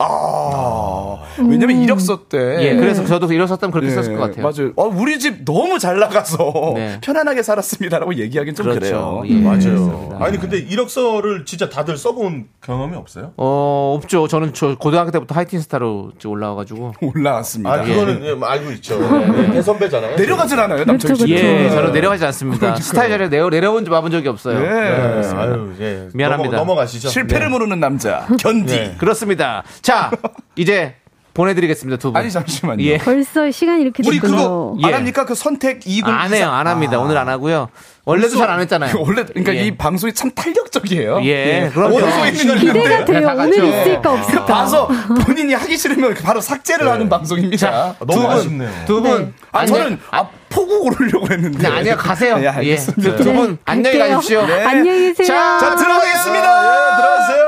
왜냐면 이력서 때
예, 그래서 저도 이런 썼다면 그렇게
예,
썼을 것 같아요. 네.
맞아요. 어, 우리 집 너무 잘 나가서 편안하게 살았습니다라고 얘기하긴 좀
그렇죠.
그래요
예,
맞아요.
그렇습니다.
아니 근데 이력서를 진짜 다들 써본 경험이 없어요?
어, 없죠. 저는 저 고등학교 때부터 하이틴 스타로 이제 올라와가지고
그렇죠. 올라왔습니다.
아 그거는 예, 알고 있죠. 네. 대선배잖아요.
내려가진 않아요,
남자
남창희 씨.
예,
그렇죠.
저는 내려가지 않습니다. 스타일 자리에 내려, 내려온 줄 와본 적이 없어요.
예.
네, 그렇습니다.
아유, 예.
미안합니다.
넘어, 넘어가시죠. 네.
실패를 모르는 남자
네.
견디.
그렇습니다. 자, 이제 보내드리겠습니다 두 분.
아니, 잠시만요.
예.
벌써 시간이 이렇게
우리
됐군요.
그거
예. 아,
안 합니까? 그 선택 2군
안 해요, 안 합니다. 오늘 안 하고요. 원래도 잘 안 했잖아요.
아. 원래 그러니까
예.
이 방송이 참 탄력적이에요.
예, 그럼요.
네,
기대가 돼요. 오늘 있을까 없을까.
봐서 본인이 하기 싫으면 바로 삭제를 하는 방송입니다.
예. 자, 너무 아쉽네요. 두 분.
아
안녕.
저는 아 포구 오르려고 했는데.
네, 아니요, 가세요.
예, 알겠습니다.
예, 두분
네,
안녕히
갈게요.
가십시오.
네.
안녕히 계세요.
자, 자, 들어가겠습니다.
예, 들어가세요.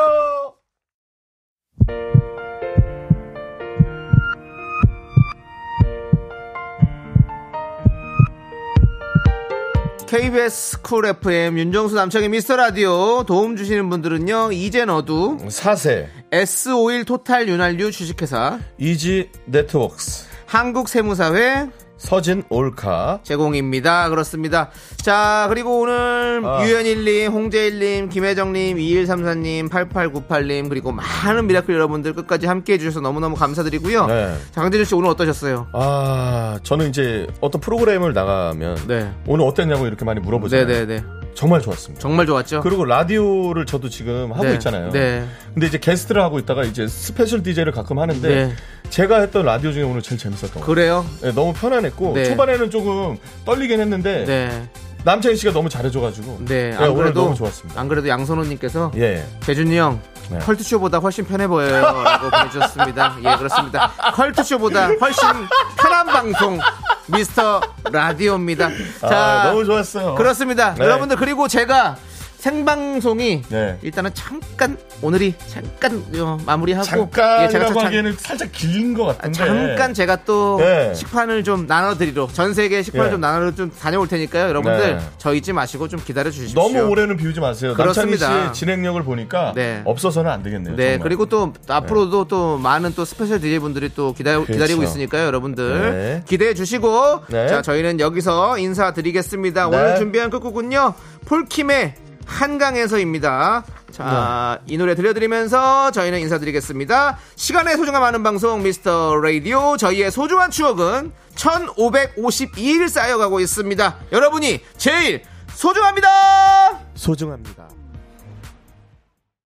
KBS 쿨 FM 윤정수 남창의 미스터 라디오 도움 주시는 분들은요. 이젠 어두
사세
S51 토탈 윤활유 주식회사
이지 네트웍스
한국세무사회
서진 올카
제공입니다. 그렇습니다. 자, 그리고 오늘
아.
유현일님, 홍재일님, 김혜정님, 2134님, 8898님, 그리고 많은 미라클 여러분들 끝까지 함께 해주셔서 너무너무 감사드리고요.
네.
장진우 씨 오늘 어떠셨어요?
아 저는 이제 어떤 프로그램을 나가면
네.
오늘 어땠냐고 이렇게 많이 물어보잖아요.
네네네.
정말 좋았습니다.
정말 좋았죠?
그리고 라디오를 저도 지금 하고
네,
있잖아요.
네.
근데 이제 게스트를 하고 있다가 이제 스페셜 DJ를 가끔 하는데
네.
제가 했던 라디오 중에 오늘 제일 재밌었던 것 같아요.
그래요?
네, 너무 편안했고
네.
초반에는 조금 떨리긴 했는데
네.
남창희 씨가 너무 잘해줘가지고
네,
네,
안
오늘
그래도
너무 좋았습니다.
안 그래도 양선호님께서
예.
재준이 형
네.
컬투쇼보다 훨씬 편해 보여요라고 보내주셨습니다. 예, 그렇습니다. 컬투쇼보다 훨씬 편한 방송 미스터 라디오입니다. 자,
아, 너무 좋았어요.
그렇습니다.
네.
여러분들 그리고 제가 생방송이
네.
일단은 잠깐 오늘이 잠깐 어, 마무리하고 예, 제가
잠깐이라고
자-
하기에는 살짝 길린 것
아,
같은데
잠깐 제가 또
네.
식판을 좀 나눠드리러 전 세계 식판을
예.
좀 나눠 좀 다녀올 테니까요. 여러분들
네.
저 잊지 마시고 좀 기다려 주십시오.
너무 오래는 비우지 마세요. 남창희
그렇습니다.
씨의 진행력을 보니까
네.
없어서는 안 되겠네요.
네,
정말.
그리고 또 앞으로도 또 많은 또 스페셜 DJ 분들이 또 기다리,
그렇죠.
기다리고 있으니까요, 여러분들
네.
기대해 주시고
네.
자 저희는 여기서 인사드리겠습니다.
네.
오늘 준비한 끝곡은요 폴킴의 한강에서입니다. 자,
네.
이 노래 들려드리면서 저희는 인사드리겠습니다. 시간의 소중함 아는 방송 미스터 라디오 저희의 소중한 추억은 1552일 쌓여가고 있습니다. 여러분이 제일 소중합니다.
소중합니다.